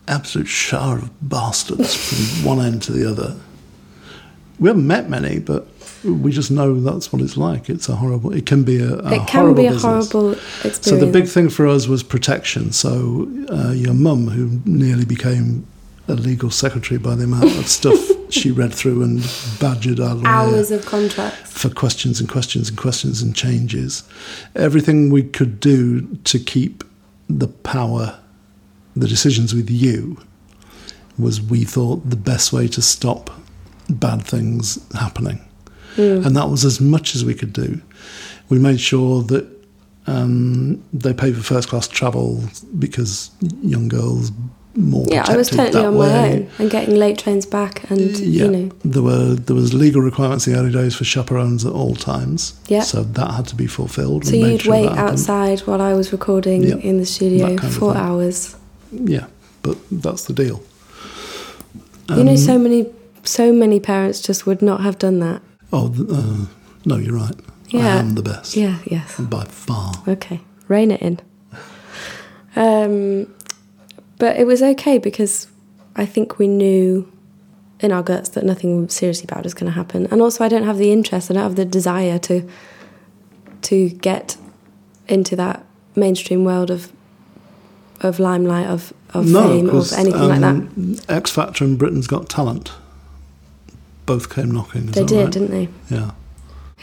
absolute shower of bastards from one end to the other. We haven't met many, but we just know that's what it's like. It's a horrible. It can be a, a
it can
horrible
be a
business.
horrible experience.
So the big thing for us was protection. So uh, your mum, who nearly became a legal secretary by the amount of stuff she read through and badgered our lawyer
hours of contracts.
for questions and questions and questions and changes, everything we could do to keep the power, the decisions with you, was we thought the best way to stop bad things happening.
Mm.
And that was as much as we could do. We made sure that um, they pay for first class travel because young girls more.
Yeah, I was
protected
totally
that
on my
way.
own and getting late trains back, and
Yeah,
you know,
there were there was legal requirements in the early days for chaperones at all times.
Yeah.
so that had to be fulfilled.
so
We made
you'd
sure
wait
that happened.
outside while I was recording
Yeah,
in the studio
that kind of
four
thing.
hours.
Yeah, but that's the deal.
you know,
Um,
so many, so many parents just would not have done that.
Oh th- uh, no, you're right.
Yeah.
I am the best
Yeah. Yes.
by far.
Okay, rein it in. Um, but it was okay because I think we knew in our guts that nothing seriously bad was going to happen, and also I don't have the interest, I don't have the desire to to get into that mainstream world of of limelight of of fame or of anything like
um,
that.
that. X Factor and Britain's Got Talent both came knocking. Is
They
that
did,
right?
didn't they?
Yeah,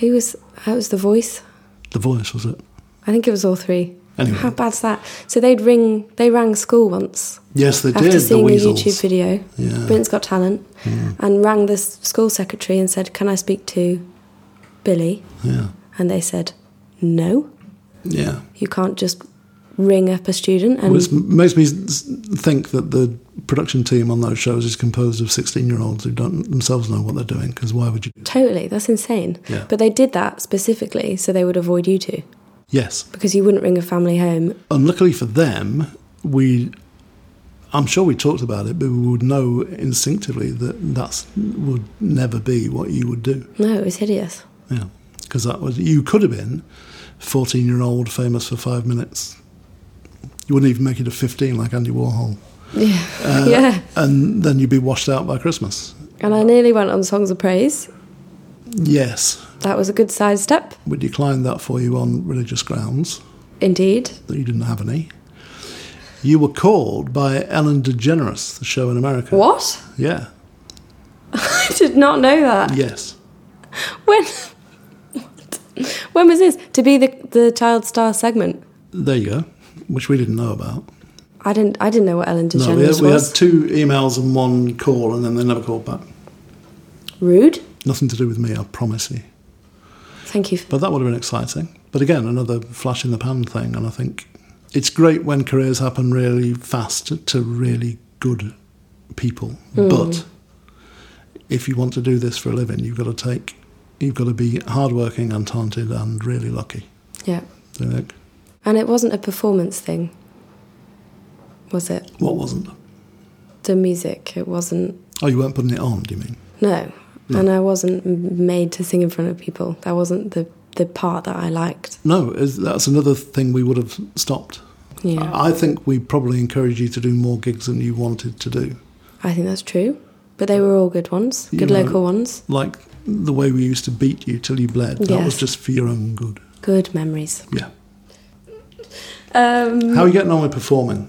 Who was? That was the voice.
The Voice was it?
I think it was all three.
Anyway.
How bad's that? So they'd ring. They rang school once.
Yes, they
after
did.
seeing
the
a
Weasels.
YouTube video,
Yeah.
Britain's Got Talent, and rang the s- school secretary and said, "Can I speak to Billy?"
Yeah,
And they said, "No,
yeah.
you can't just ring up a student." And
Which makes me s- think that the production team on those shows is composed of 16 year olds who don't themselves know what they're doing because why would you?
totally, that's insane.
Yeah.
But they did that specifically so they would avoid you two
Yes.
because you wouldn't ring a family home.
Unluckily for them, we. I'm sure we talked about it, but we would know instinctively that that's would never be what you would do.
No, it was hideous.
Yeah, because that was you could have been fourteen year old famous for five minutes. You wouldn't even make it to fifteen like Andy Warhol,
Yeah, yeah.
and then you'd be washed out by Christmas.
And I nearly went on Songs of Praise.
Yes,
That was a good sidestep,
we declined that for you on religious grounds
indeed.
that you didn't have any. You were called by Ellen DeGeneres, the show in America.
What?
Yeah.
I did not know that.
Yes.
When when was this to be the the child star segment?
There you go. Which we didn't know about.
I didn't I didn't know what Ellen
No, we had,
DeGeneres
we had
was.
two emails and one call, and then they never called back.
Rude.
Nothing to do with me, I promise you.
Thank you.
But that would have been exciting. But again, another flash in the pan thing. And I think it's great when careers happen really fast to really good people. But if you want to do this for a living, you've got to take, you've got to be hardworking and talented and really lucky.
Yeah.
So, like,
And it wasn't a performance thing. Was it?
what wasn't?
The music. It wasn't
Oh, you weren't putting it on, do you mean?
no. And I wasn't m- made to sing in front of people. That wasn't the the part that I liked.
No, is- that's another thing we would have stopped.
Yeah.
I I think we probably encourage you to do more gigs than you wanted to do.
I think that's true. But they were all good ones.
You
Good
know-
local ones.
Like the way we used to beat you till you bled. That was
Yes.
just for your own good.
Good memories.
Yeah.
Um
How are you getting on with performing?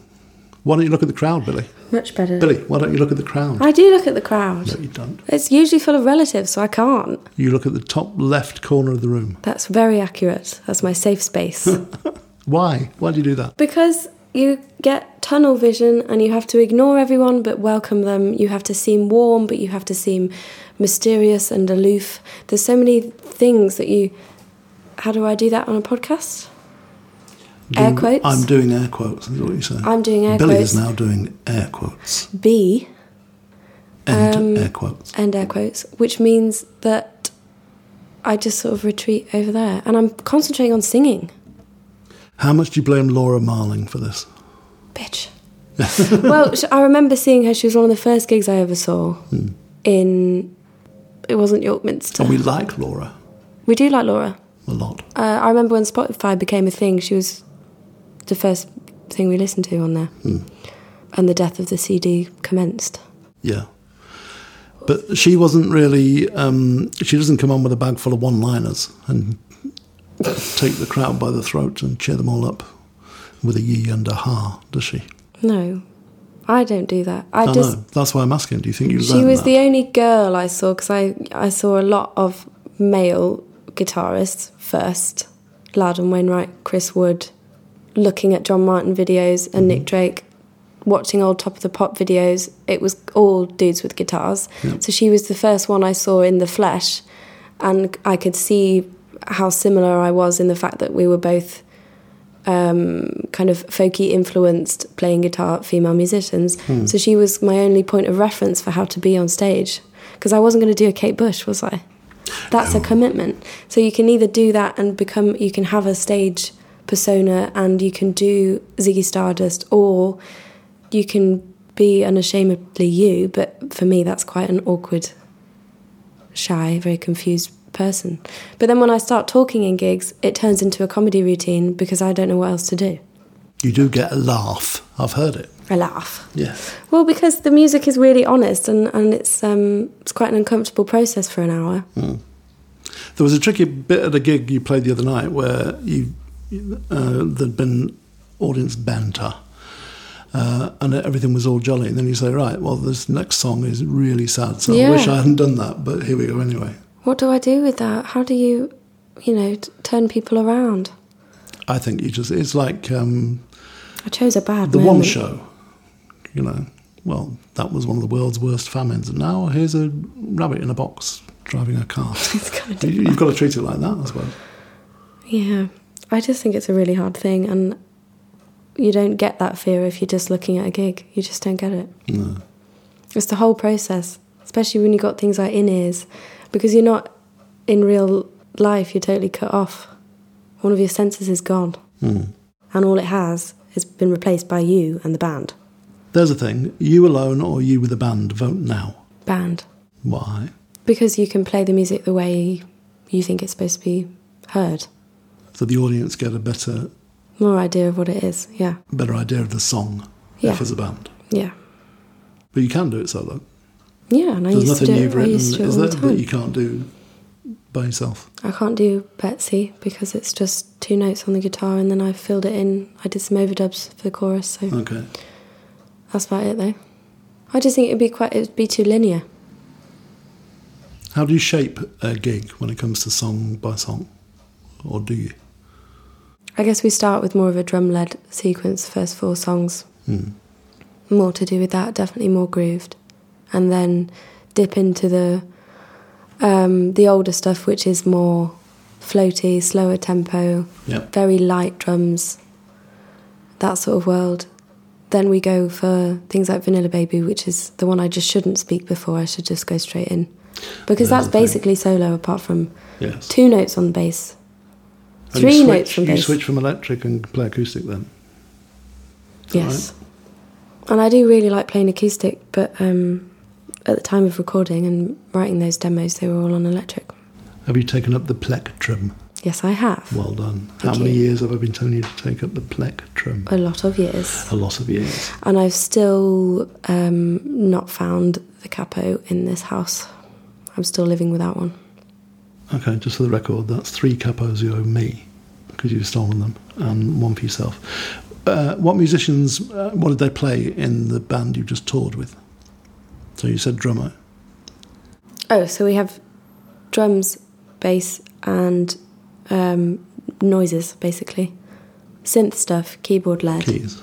Why don't you look at the crowd, Billy?
much better.
Billy, why don't you look at the crowd?
I do look at the crowd.
No, you don't.
It's usually full of relatives, so I can't.
You look at the top left corner of the room.
That's very accurate. That's my safe space.
Why? Why do you do that?
because you get tunnel vision and you have to ignore everyone but welcome them. You have to seem warm but you have to seem mysterious and aloof. There's so many things that you. How do I do that on a podcast? Air
Doing-
quotes.
I'm doing air quotes, is what you say.
I'm doing air
Billy
quotes.
is now doing air quotes.
B
End
Um,
air quotes.
and air quotes, which means that I just sort of retreat over there and I'm concentrating on singing.
How much do you blame Laura Marling for this?
bitch. well, sh- I remember seeing her. She was one of the first gigs I ever saw in. It wasn't York Minster.
And Hmm. Oh, we like Laura
We do like Laura.
a lot.
Uh, I remember when Spotify became a thing. She was the first thing we listened to on there, and the death of the CD commenced.
Yeah. But she wasn't really, um, she doesn't come on with a bag full of one liners and take the crowd by the throat and cheer them all up with a yee and a ha, does she?
No, I don't do that. I
I
just
know. That's why I'm asking. Do you think you
she
learned
was
that?
the only girl I saw because I I saw a lot of male guitarists first. Loudon Wainwright, Chris Wood, looking at John Martin videos and Nick
Mm-hmm.
Drake, watching old Top of the Pop videos. It was all dudes with guitars. So she was the first one I saw in the flesh, and I could see how similar I was in the fact that we were both um, kind of folky influenced playing guitar female musicians. So she was my only point of reference for how to be on stage because I wasn't going to do a Kate Bush, was I? That's a commitment. So you can either do that and become, you can have a stage persona and you can do Ziggy Stardust, or you can be unashamedly you. But for me, that's quite an awkward shy, very confused person. But then when I start talking in gigs, it turns into a comedy routine because I don't know what else to do.
You do get a laugh. I've heard it.
I laugh.
Yeah.
Well, because the music is really honest and, and it's um it's quite an uncomfortable process for an hour.
There was a tricky bit at a gig you played the other night where you uh, there'd been audience banter. Uh, and everything was all jolly, and then you say, "Right, well, this next song is really sad, so I wish
Yeah.
I hadn't done that, but here we go anyway."
What do I do with that? How do you, you know, t- turn people around?
I think you just—it's like um,
I chose a bad
the one
moment.
show, you know. Well, that was one of the world's worst famines, and now here's a rabbit in a box driving a car.
It's kind of-
You- You've got to treat it like that, I suppose.
yeah. I just think it's a really hard thing, and you don't get that fear if you're just looking at a gig. You just don't get it.
No.
It's the whole process, especially when you've got things like in ears, because you're not in real life, you're totally cut off. One of your senses is gone,
Hmm.
and all it has has been replaced by you and the band.
There's a thing: you alone or you with a band. Vote now.
Band.
Why?
Because you can play the music the way you think it's supposed to be heard.
So the audience get a better,
More idea of what it is. Yeah.
better idea of the song
Yeah.
if as a band.
Yeah.
But you can do it solo.
Yeah. And I
There's
used to do
nothing you've
it. I
written,
used to do it
is
all
there,
the
that you
time.
can't do by yourself?
I can't do Betsy because it's just two notes on the guitar and then I filled it in. I did some overdubs for the chorus, so
Okay.
That's about it, though. I just think it'd be quite it'd be too linear.
How do you shape a gig when it comes to song by song, or do you?
I guess we start with more of a drum-led sequence, first four songs. More to do with that, definitely more grooved, and then dip into the um, the older stuff, which is more floaty, slower tempo,
Yeah.
very light drums, that sort of world. Then we go for things like Vanilla Baby, which is the one I just shouldn't speak before. I should just go straight in, because
There's
that's
the thing.
basically solo, apart from
Yes.
two notes on the bass.
And
Three
you switch,
notes from
You
bass.
switch from electric and play acoustic then.
Yes. And I do really like playing acoustic, but um, at the time of recording and writing those demos, they were all on electric.
Have you taken up the plectrum?
Yes, I have.
Well done. How
Thank
many
you.
years have I been telling you to take up the plectrum?
A lot of years.
A lot of years.
And I've still um, not found the capo in this house. I'm still living without one.
Okay, just for the record, that's three capos you owe me because you've stolen them and one for yourself. Uh, what musicians, uh, what did they play in the band you just toured with? So you said drummer.
Oh, so we have drums, bass, and um, noises, basically. Synth stuff, keyboard led,
keys.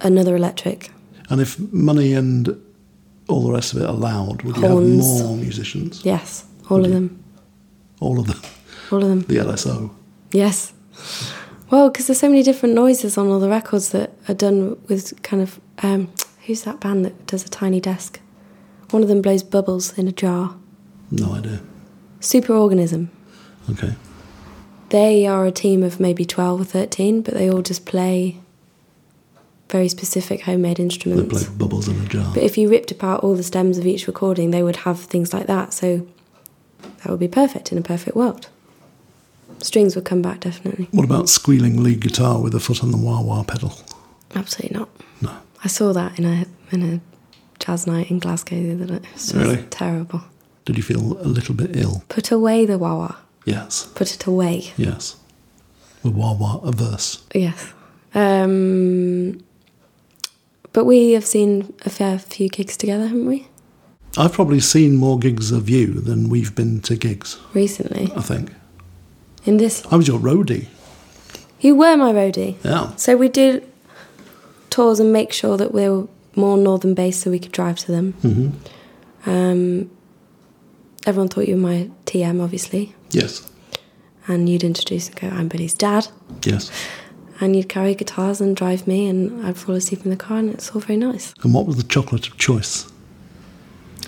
another electric.
And if money and all the rest of it allowed, would you
Horns.
have more musicians?
Yes, all of them.
All of them.
All of them.
The LSO.
Yes. Well, because there's so many different noises on all the records that are done with kind of um, who's that band that does a tiny desk? One of them blows bubbles in a jar.
No idea.
Superorganism.
Okay.
They are a team of maybe twelve or thirteen, but they all just play very specific homemade
They
instruments.
play bubbles in a jar.
But if you ripped apart all the stems of each recording, they would have things like that. So that would be perfect in a perfect world. Strings would come back definitely.
What about squealing lead guitar with a foot on the wah wah pedal?
Absolutely not.
No.
I saw that in a in a jazz night in Glasgow the other night. It was just
Really?
terrible.
Did you feel a little bit ill?
Put away the wawa.
Yes.
Put it away.
Yes. With wah wah averse.
Yes. Um, but we have seen a fair few gigs together, haven't we?
I've probably seen more gigs of you than we've been to gigs,
Recently.
I think.
In this,
I was your roadie.
you were my roadie.
Yeah.
So we did tours and make sure that we were more northern based, so we could drive to them.
hmm
Um, everyone thought you were my TM, obviously,
Yes.
and you'd introduce and go, "I'm Billy's dad."
Yes.
and you'd carry guitars and drive me, and I'd fall asleep in the car, and it's all very nice.
And what was the chocolate of choice?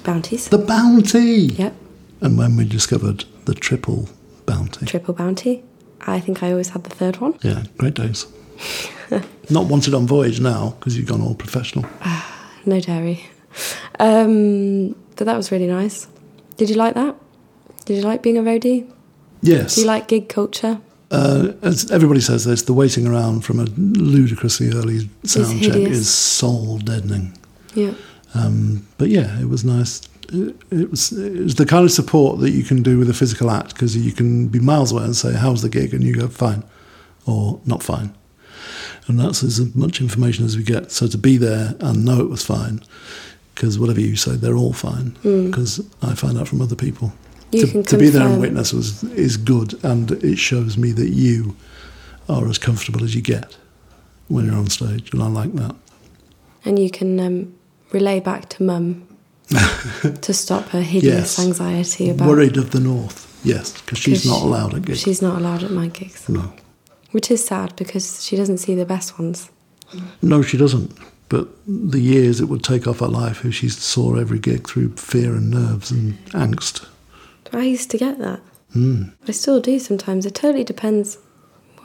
Bounties.
The bounty.
yep.
And when we discovered the triple bounty.
Triple bounty. I think I always had the third one.
yeah, great days. Not wanted on voyage now because you've gone all professional.
No dairy. Um, but that was really nice. Did you like that? Did you like being a roadie?
Yes.
Do you like gig culture?
uh, as everybody says this, the waiting around from a ludicrously early sound check
hideous.
is soul deadening.
Yeah.
Um, but yeah, it was nice. It, it was it was the kind of support that you can do with a physical act because you can be miles away and say, "How's the gig?" and you go, "Fine," or "Not fine," and that's as much information as we get. So to be there and know it was fine, because whatever you say, they're all fine. Because I find out from other people.
Mm. You
to,
can
to be there and
confirm.
witness was is good, and it shows me that you are as comfortable as you get when you're on stage, and I like that.
And you can um, relay back to mum to stop her hideous
Yes.
anxiety about
Worried of the North, yes, because she's
'Cause
not
she-
allowed at gigs.
she's not allowed at my gigs,
No,
which is sad because she doesn't see the best ones.
no, she doesn't. But the years it would take off her life if she saw every gig through fear and nerves and angst.
I used to get that. I still do sometimes. It totally depends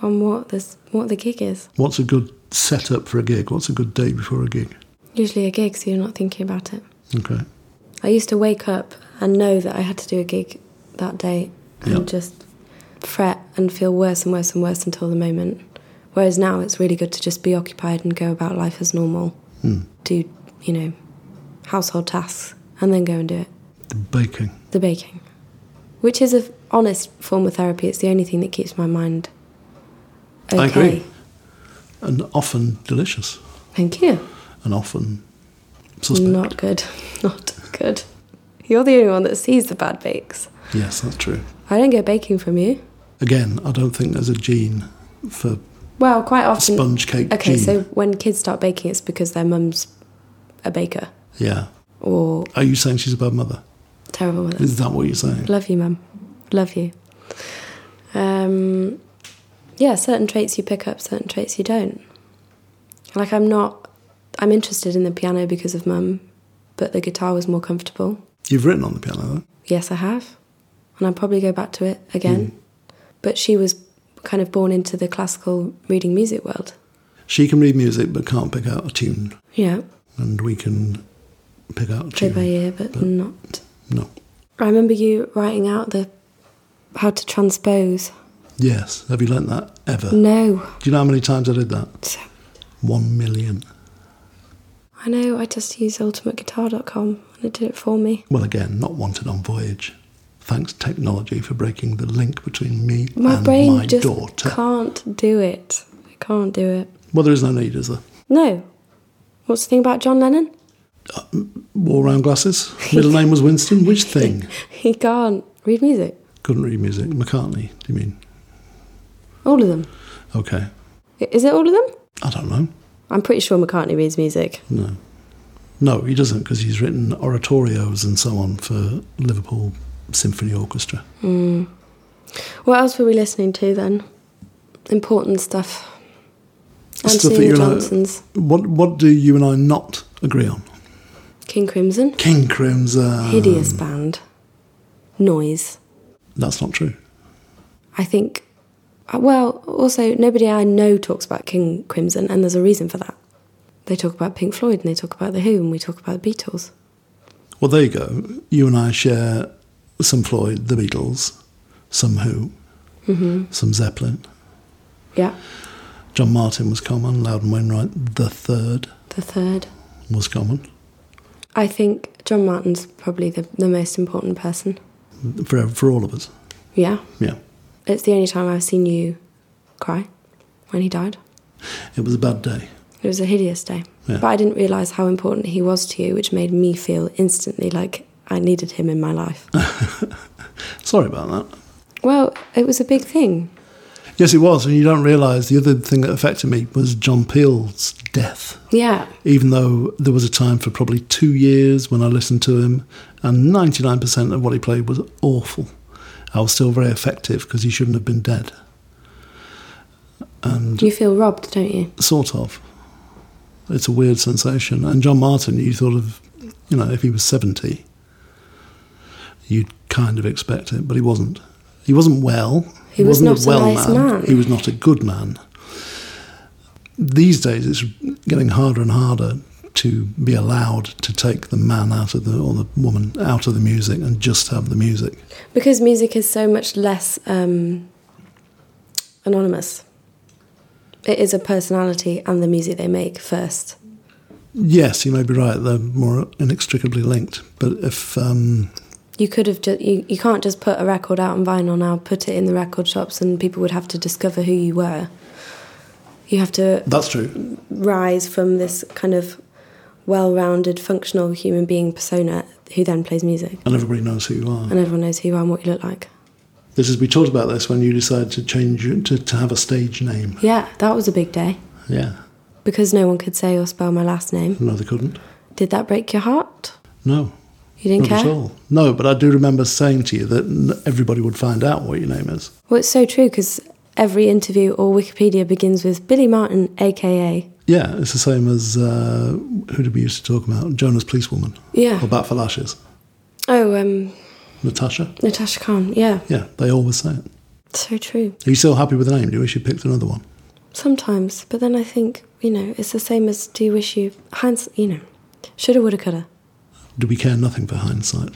on what this what the gig is.
What's a good setup for a gig? What's a good day before a gig?
Usually a gig, so you're not thinking about it.
Okay,
I used to wake up and know that I had to do a gig that day and
Yeah.
just fret and feel worse and worse and worse until the moment. Whereas now it's really good to just be occupied and go about life as normal. Do, you know, household tasks and then go and do it.
the baking.
The baking, which is a f- honest form of therapy. It's the only thing that keeps my mind okay.
I agree. And often delicious,
Thank you.
and often suspect.
Not good. Not good. You're the only one that sees the bad bakes.
Yes, that's true.
I don't get baking from you.
Again, I don't think there's a gene for
Well, quite often.
sponge cake.
Okay,
gene.
so when kids start baking, it's because their mum's a baker
yeah.
or
Are you saying she's a bad mother?
terrible with it.
Is that what you're saying?
Love you, mum. Love you. Um, yeah, certain traits you pick up, certain traits you don't. Like I'm not. I'm interested in the piano because of mum, but the guitar was more comfortable.
You've written on the piano, though.
Yes, I have, and I'll probably go back to it again. But she was kind of born into the classical reading music world.
She can read music but can't pick out a tune,
Yeah,
and we can pick out a
play by
tune.
ear, but
But-
not
No.
I remember you writing out the how to transpose.
Yes. Have you learnt that ever?
No,
Do you know how many times I did that? One million.
I know. I just used ultimateguitar.com and it did it for me.
Well, again, not wanted on voyage. Thanks technology for breaking the link between me
My
and
brain
my
just
daughter.
can't do it. I can't do it.
Well, there is no need, is there?
No. What's the thing about John Lennon?
Wore round glasses. Middle name was Winston. Which thing?
He can't read music.
Couldn't read music. McCartney. Do you mean?
All of them.
Okay.
I- Is it all of them?
I don't know.
I'm pretty sure McCartney reads music.
No. No, he doesn't because he's written oratorios and so on for Liverpool Symphony Orchestra.
What else were we listening to then? Important stuff.
Stuff that
Anthony
you're like-
Johnson's
What what do you and I not agree on?
King Crimson.
King uh, Crimson.
Hideous
Um.
band. Noise.
That's not true.
I think, uh, well, also, nobody I know talks about King Crimson, and there's a reason for that. They talk about Pink Floyd, and they talk about The Who, and we talk about the Beatles.
Well, there you go. You and I share some Floyd, the Beatles, some Who, some Zeppelin.
Yeah.
John Martin was common. Loudon Wainwright the third
The third.
was common
I think John Martin's probably the, the most important person.
for for all of us.
Yeah.
Yeah,
It's the only time I've seen you cry when he died.
it was a bad day.
It was a hideous day.
Yeah.
But I didn't realise how important he was to you, which made me feel instantly like I needed him in my life.
Sorry about that.
well, it was a big thing.
Yes, it was. And you don't realise the other thing that affected me was John Peel's death.
Yeah.
Even though there was a time for probably two years when I listened to him, and 99% of what he played was awful, I was still very effective because he shouldn't have been dead. and
You feel robbed, don't you?
sort of. It's a weird sensation. And John Martin, you thought of, you know, if he was 70, you'd kind of expect it, but he wasn't. He wasn't well.
He was
wasn't
not a nice man.
He was not a good man. These days, it's getting harder and harder to be allowed to take the man out of the, or the woman out of the music and just have the music.
Because music is so much less um, anonymous. It is a personality and the music they make first.
Yes, you may be right. They're more inextricably linked. But if um,
You could have just you, you can't just put a record out on vinyl now, put it in the record shops, and people would have to discover who you were. You have to
that's true,
rise from this kind of well-rounded, functional human being persona who then plays music,
and everybody knows who you are.
and everyone knows who you are and what you look like.
This is we talked about this when you decided to change your- to, to have a stage name.
Yeah, that was a big day
Yeah,
because no one could say or spell my last name.
no, they couldn't.
Did that break your heart?
No,
You didn't
not at
care.
all. No, but I do remember saying to you that n- everybody would find out what your name is.
Well, it's so true because every interview or Wikipedia begins with Billy Martin, aka.
Yeah, it's the same as uh, who did we used to talk about? Jonah's policewoman
Yeah.
or Bat for Lashes,
Oh, um,
Natasha.
Natasha Khan. Yeah,
Yeah, they always say it.
so true.
Are you still happy with the name? Do you wish you picked another one?
Sometimes, but then I think you know it's the same as do you wish you hands you know shoulda woulda coulda.
Do we care nothing for hindsight?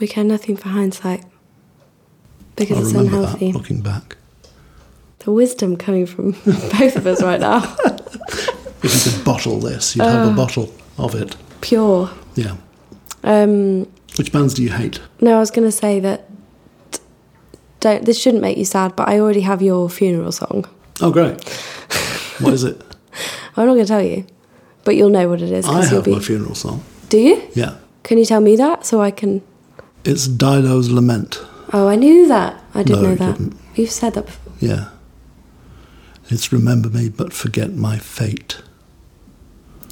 We care nothing for hindsight because
I
it's
remember
unhealthy.
that looking back.
The wisdom coming from both of us right now,
If you could bottle this, you'd have
Oh.
a bottle of it.
pure.
Yeah.
Um,
Which bands do you hate?
no, I was going to say that. Don't this shouldn't make you sad, but I already have your funeral song.
Oh, great. What is it?
I'm not going to tell you, but you'll know what it is. 'cause
I
you'll
have
be,
my funeral song.
Do you?
Yeah.
Can you tell me that so I can?
It's Dido's Lament.
Oh, I knew that. I did
No,
know
you
that.
didn't.
You've said that before.
Yeah. It's Remember Me But Forget My Fate,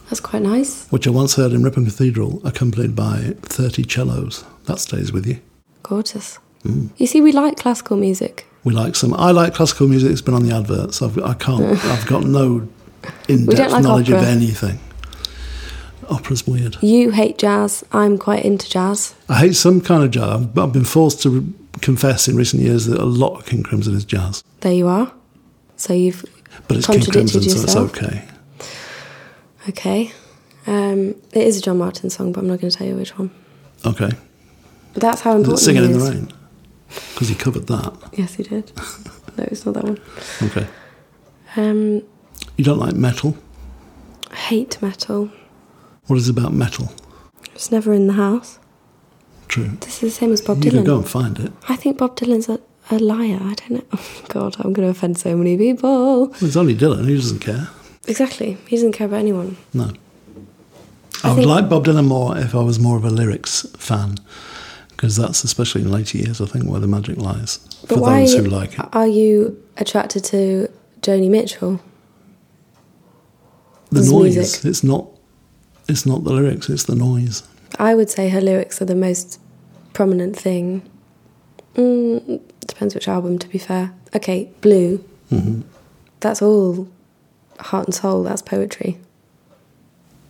That's quite nice.
which I once heard in Ripon Cathedral, accompanied by 30 cellos. That stays with you.
Gorgeous.
Mm.
You see, we like classical music.
We like some. I like classical music. It's been on the adverts. I've, I can't. I've got no in-depth
like
knowledge of
opera.
anything. Opera's weird.
You hate jazz. I'm quite into jazz.
I hate some kind of jazz. I've, I've been forced to re- confess in recent years that a lot of King Crimson is jazz,
There you are. So you've
but it's King
Contradicted
Crimson, so it's
yourself.
okay.
okay. Um, it is a John Martin song, but I'm not going to tell you which one.
Okay.
But that's how
Is it
important
Singing
he
in the
is.
Rain? Because he covered that.
Yes, he did. no, it's not that one.
Okay.
Um,
You don't like metal?
I hate metal.
What is it about metal?
It's never in the house.
True.
This is the same as Bob
you
Dylan.
can go and find it.
I think Bob Dylan's a, a liar. I don't know. Oh, God, I'm going to offend so many people.
Well, it's only Dylan. He doesn't care.
Exactly. He doesn't care about anyone.
No.
I
I, would
think-
like Bob Dylan more if I was more of a lyrics fan, because that's especially in later years, I think, where the magic lies
But
for
why
those who like it.
are you attracted to Joni Mitchell?
The
It's
noise.
music.
It's not. It's not the lyrics. It's the noise.
I would say her lyrics are the most prominent thing. Mm, depends which album, to be fair. Okay, Blue.
Mm-hmm.
That's all heart and soul. That's poetry.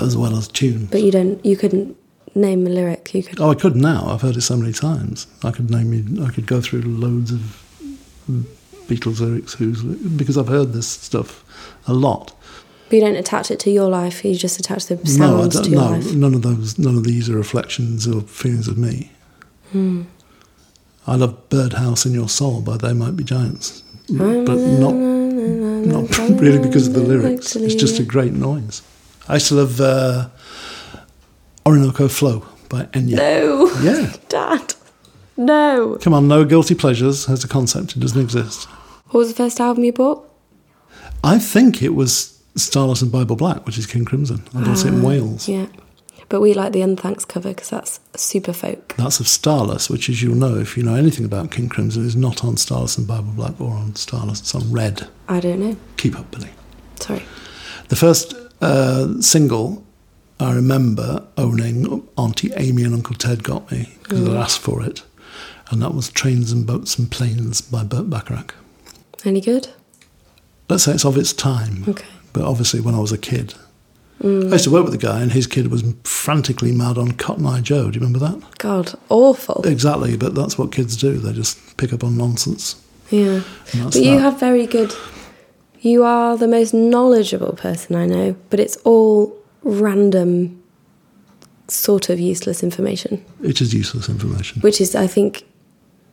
as well as tune.
But you don't. You couldn't name a lyric. You could.
Oh, I could now. I've heard it so many times. I could name you. I could go through loads of Beatles lyrics, who's because I've heard this stuff a lot.
But you don't attach it to your life. You just attach the
no, I
sounds
don't.
to your
No,
life.
none of those. None of these are reflections or feelings of me.
Hmm.
I love "Birdhouse in Your Soul" by They Might Be Giants, but not not really because of the lyrics. It's just a great noise. I used to love uh, "Orinoco Flow" by Enya.
no,
Yeah.
Dad. No.
Come on, no guilty pleasures as a concept. It doesn't exist.
What was the first album you bought?
I think it was Starlight and Bible Black, which is King Crimson. I bought it in Wales.
Yeah, but we like the Unthanks cover because that's super folk.
That's of Starless, which, as you'll know, if you know anything about King Crimson, is not on Starless and Bible Black or on Starless. It's on Red.
I don't know.
Keep up, Billy.
Sorry.
The first uh, single I remember owning, Auntie Amy and Uncle Ted got me because I asked for it, and that was Trains and Boats and Planes by Burt Bacharach.
Any good?
let's say it's of its time.
Okay.
But obviously, when I was a kid,
Mm.
I used to work with a guy, and his kid was frantically mad on Cotton Eye Joe. Do you remember that?
God, awful.
Exactly, but that's what kids do. They just pick up on nonsense.
Yeah.
And
But
that's
you
that.
have very good. You are the most knowledgeable person I know, but it's all random, sort of useless information,
It is useless information.
which is, I think,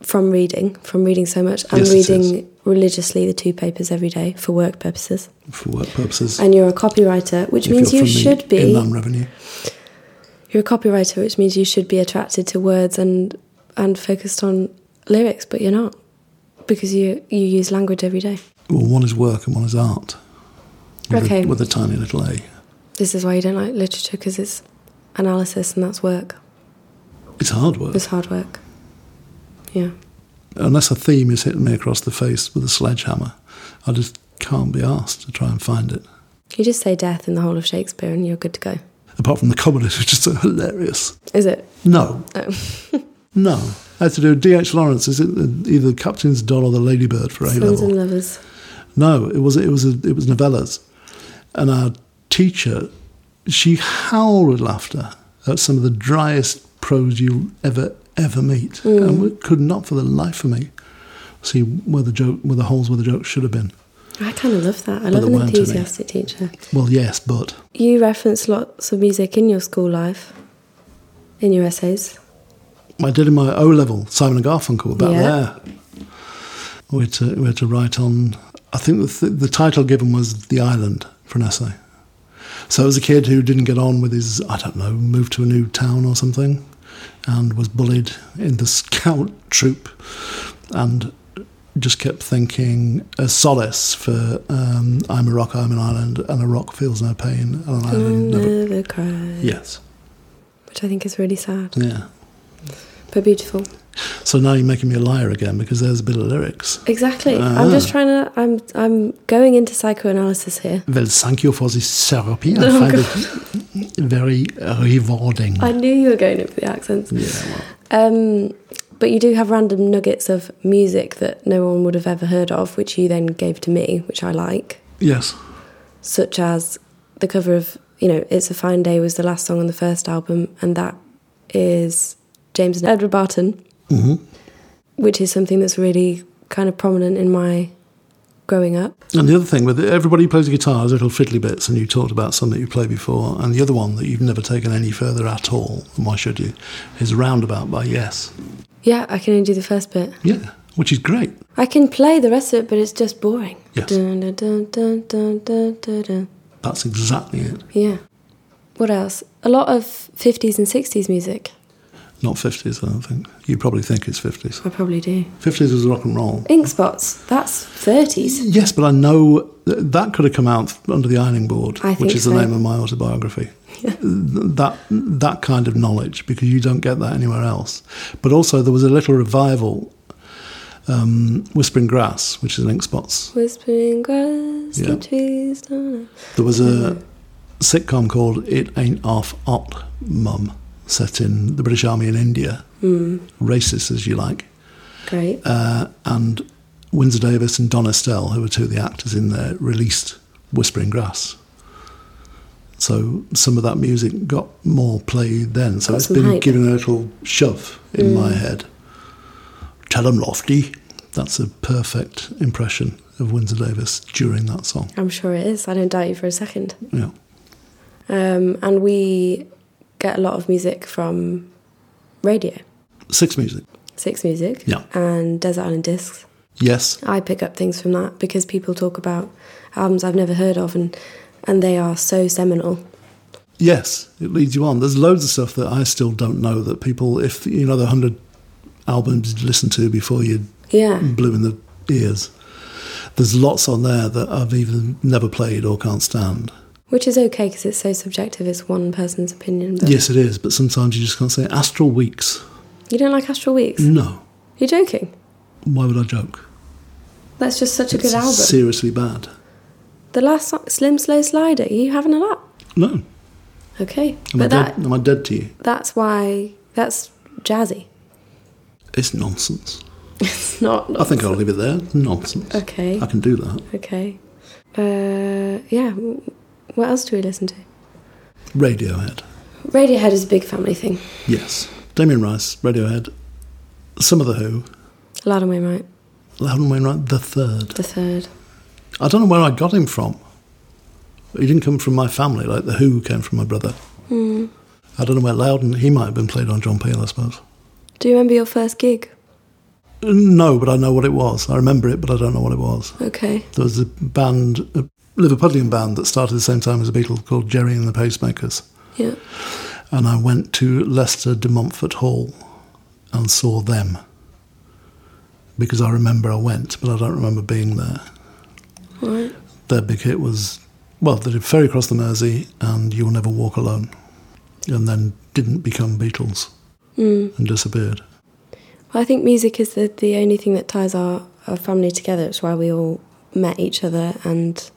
from reading, from reading so much. I'm
Yes, it is.
reading religiously the two papers every day for work purposes.
for work purposes.
And you're a copywriter, which
If
means
you're
you
from the
should be.
Inland Revenue.
You're a copywriter, which means you should be attracted to words and and focused on lyrics, but you're not because you you use language every day.
Well, one is work and one is art. With
Okay.
A, with a tiny little a.
This is why you don't like literature because it's analysis and that's work.
It's hard work.
It's hard work. Yeah.
Unless a theme is hitting me across the face with a sledgehammer, I just can't be asked to try and find it.
You just say death in the whole of Shakespeare and you're good to go.
Apart from the comedies, which are so hilarious.
Is it?
No,
Oh.
no. I had to do D.H. Lawrence. Is it the- either the Captain's Doll or the Ladybird for A
Sons
level?
and lovers.
No, it was it was a, it was novellas, and our teacher, she howled with laughter at some of the driest prose you'll ever ever meet, and we could not for the life of me see where the joke where the holes where the joke should have been.
I kind of love that. I
But
love
there
an
weren't any.
enthusiastic teacher.
Well, yes, but
You reference lots of music in your school life, in your essays.
I did in my O level Simon and Garfunkel about
Yeah.
there. We had to we had to write on. I think the, th- the title given was the island for an essay. So it was a kid who didn't get on with his I don't know moved to a new town or something, and was bullied in the scout troop, and just kept thinking a solace for um, I'm a rock, I'm an island, and a rock feels no pain, and an
I'll
island never.
never cry.
Yes.
Which I think is really sad,
Yeah.
but beautiful.
So now you're making me a liar again because there's a bit of lyrics.
Exactly.
Ah.
I'm just trying to. I'm. I'm going into psychoanalysis here.
Well, thank you for this therapy. I
Oh,
find it very rewarding.
I knew you were going in for the accents.
yeah, well,
Um, but you do have random nuggets of music that no one would have ever heard of, which you then gave to me, which I like,
yes.
such as the cover of you know "It's a Fine Day" was the last song on the first album, and that is James and Edward Barton,
hmm
which is something that's really kind of prominent in my growing up.
And the other thing with everybody who plays the guitar has little fiddly bits, and you talked about some that you played before, and the other one that you've never taken any further at all, and why should you, is Roundabout by Yes.
Yeah, I can only do the first bit.
Yeah, which is great.
I can play the rest of it, but it's just boring.
Yes.
Dun, dun, dun, dun, dun, dun, dun, dun.
That's exactly it.
Yeah. What else? A lot of 50s and 60s music.
Not 50s, I don't think. You probably think it's 50s.
I probably do.
50s was rock and roll.
Ink spots. That's 30s.
Yes, but I know th- that could have come out under the ironing board,
I think
which is
so.
the name of my autobiography. Th- that that kind of knowledge because you don't get that anywhere else. But also there was a little revival, um, Whispering Grass, which is an ink spots.
Whispering grass, the
Yeah.
trees don't know.
There was a sitcom called It Ain't Half Ot Mum, set in the British Army in India,
Hmm.
racist as you like.
Great.
uh, and Windsor Davis and Don Estelle, who were two of the actors in there, released Whispering Grass. So some of that music got more play then. So
Got
it's
some
been
hype. Mm.
given a little shove in my head. Tell 'em Lofty. That's a perfect impression of Windsor Davis during that song.
I'm sure it is. I don't doubt you for a second.
Yeah.
Um, and we get a lot of music from radio,
Six music.
Six Music,
Yeah.
and Desert Island Discs.
Yes.
I pick up things from that because people talk about albums I've never heard of and and they are so seminal.
Yes. It leads you on. There's loads of stuff that I still don't know that people, if you know, the 100 albums you listen to before you
Yeah.
blue in the ears. There's lots on there that I've either never played or can't stand.
Which is okay because it's so subjective. It's one person's opinion. But
Yes, it is, but sometimes you just can't say Astral Weeks.
You don't like Astral Weeks?
No.
You're joking.
Why would I joke?
That's just such a good album.
Seriously bad.
the last song, Slim Slow Slider. Are you having a lot?
No.
Okay.
Am, I
but that
dead, am I dead to you?
that's why that's jazzy.
It's nonsense.
It's not.
I think I'll leave it there. Nonsense.
Okay.
I can do that.
Okay. uh, yeah, w- what else do we listen to?
Radiohead.
Radiohead is a big family thing.
Yes. Damien Rice, Radiohead, some of the Who,
Loud and Wainwright,
Loudon Wainwright the Third.
the third.
I don't know where I got him from. He didn't come from my family, like the Who came from my brother. I don't know where Loudon, he might have been played on John Peel, I suppose.
Do you remember your first gig?
No, but I know what it was. I remember it, but I don't know what it was.
Okay.
There was a band, a Liverpudlian band that started the same time as the Beatles called Jerry and the Pacemakers.
Yeah.
And I went to Leicester de Montfort Hall and saw them. Because I remember I went, but I don't remember being there.
All right.
Their big hit was, well, they did Ferry Across the Mersey and You'll Never Walk Alone. And then didn't become Beatles
Mm.
and disappeared.
Well, I think music is the, the only thing that ties our, our family together. It's why we all met each other and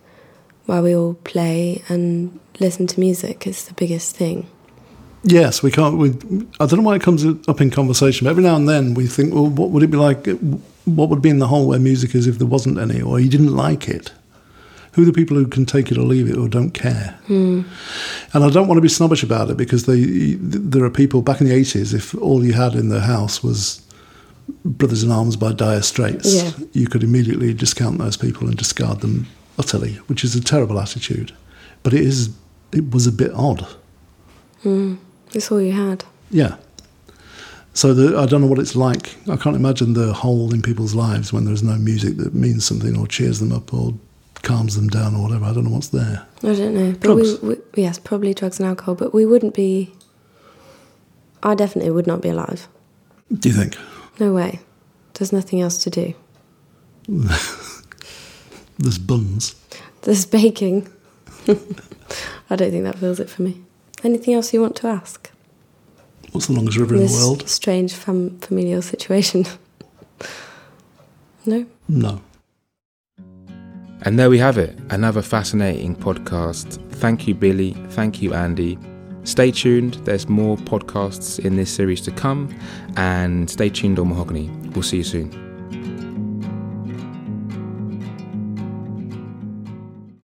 why we all play and listen to music. It's the biggest thing.
Yes, we can't. We, I don't know why it comes up in conversation, but every now and then we think, well, what would it be like? What would be in the hole where music is if there wasn't any, or you didn't like it? Who are the people who can take it or leave it or don't care? And I don't want to be snobbish about it because they, there are people back in the 80s, if all you had in the house was Brothers in Arms by Dire Straits,
Yeah.
you could immediately discount those people and discard them utterly, which is a terrible attitude. But it is, it was a bit odd.
It's all you had.
Yeah. So the, I don't know what it's like. I can't imagine the hole in people's lives when there's no music that means something or cheers them up or calms them down or whatever. I don't know what's there.
I don't know. But we,
Drugs.
we, yes, probably drugs and alcohol, but we wouldn't be. I definitely would not be alive.
Do you think?
No way. There's nothing else to do.
There's buns.
There's baking. I don't think that fills it for me. Anything else you want to ask?
What's the longest river in the
this
world?
strange fam- familial situation. no?
No.
And there we have it, another fascinating podcast. Thank you, Billy. Thank you, Andy. Stay tuned, there's more podcasts in this series to come, and stay tuned on Mahogany. We'll see you soon.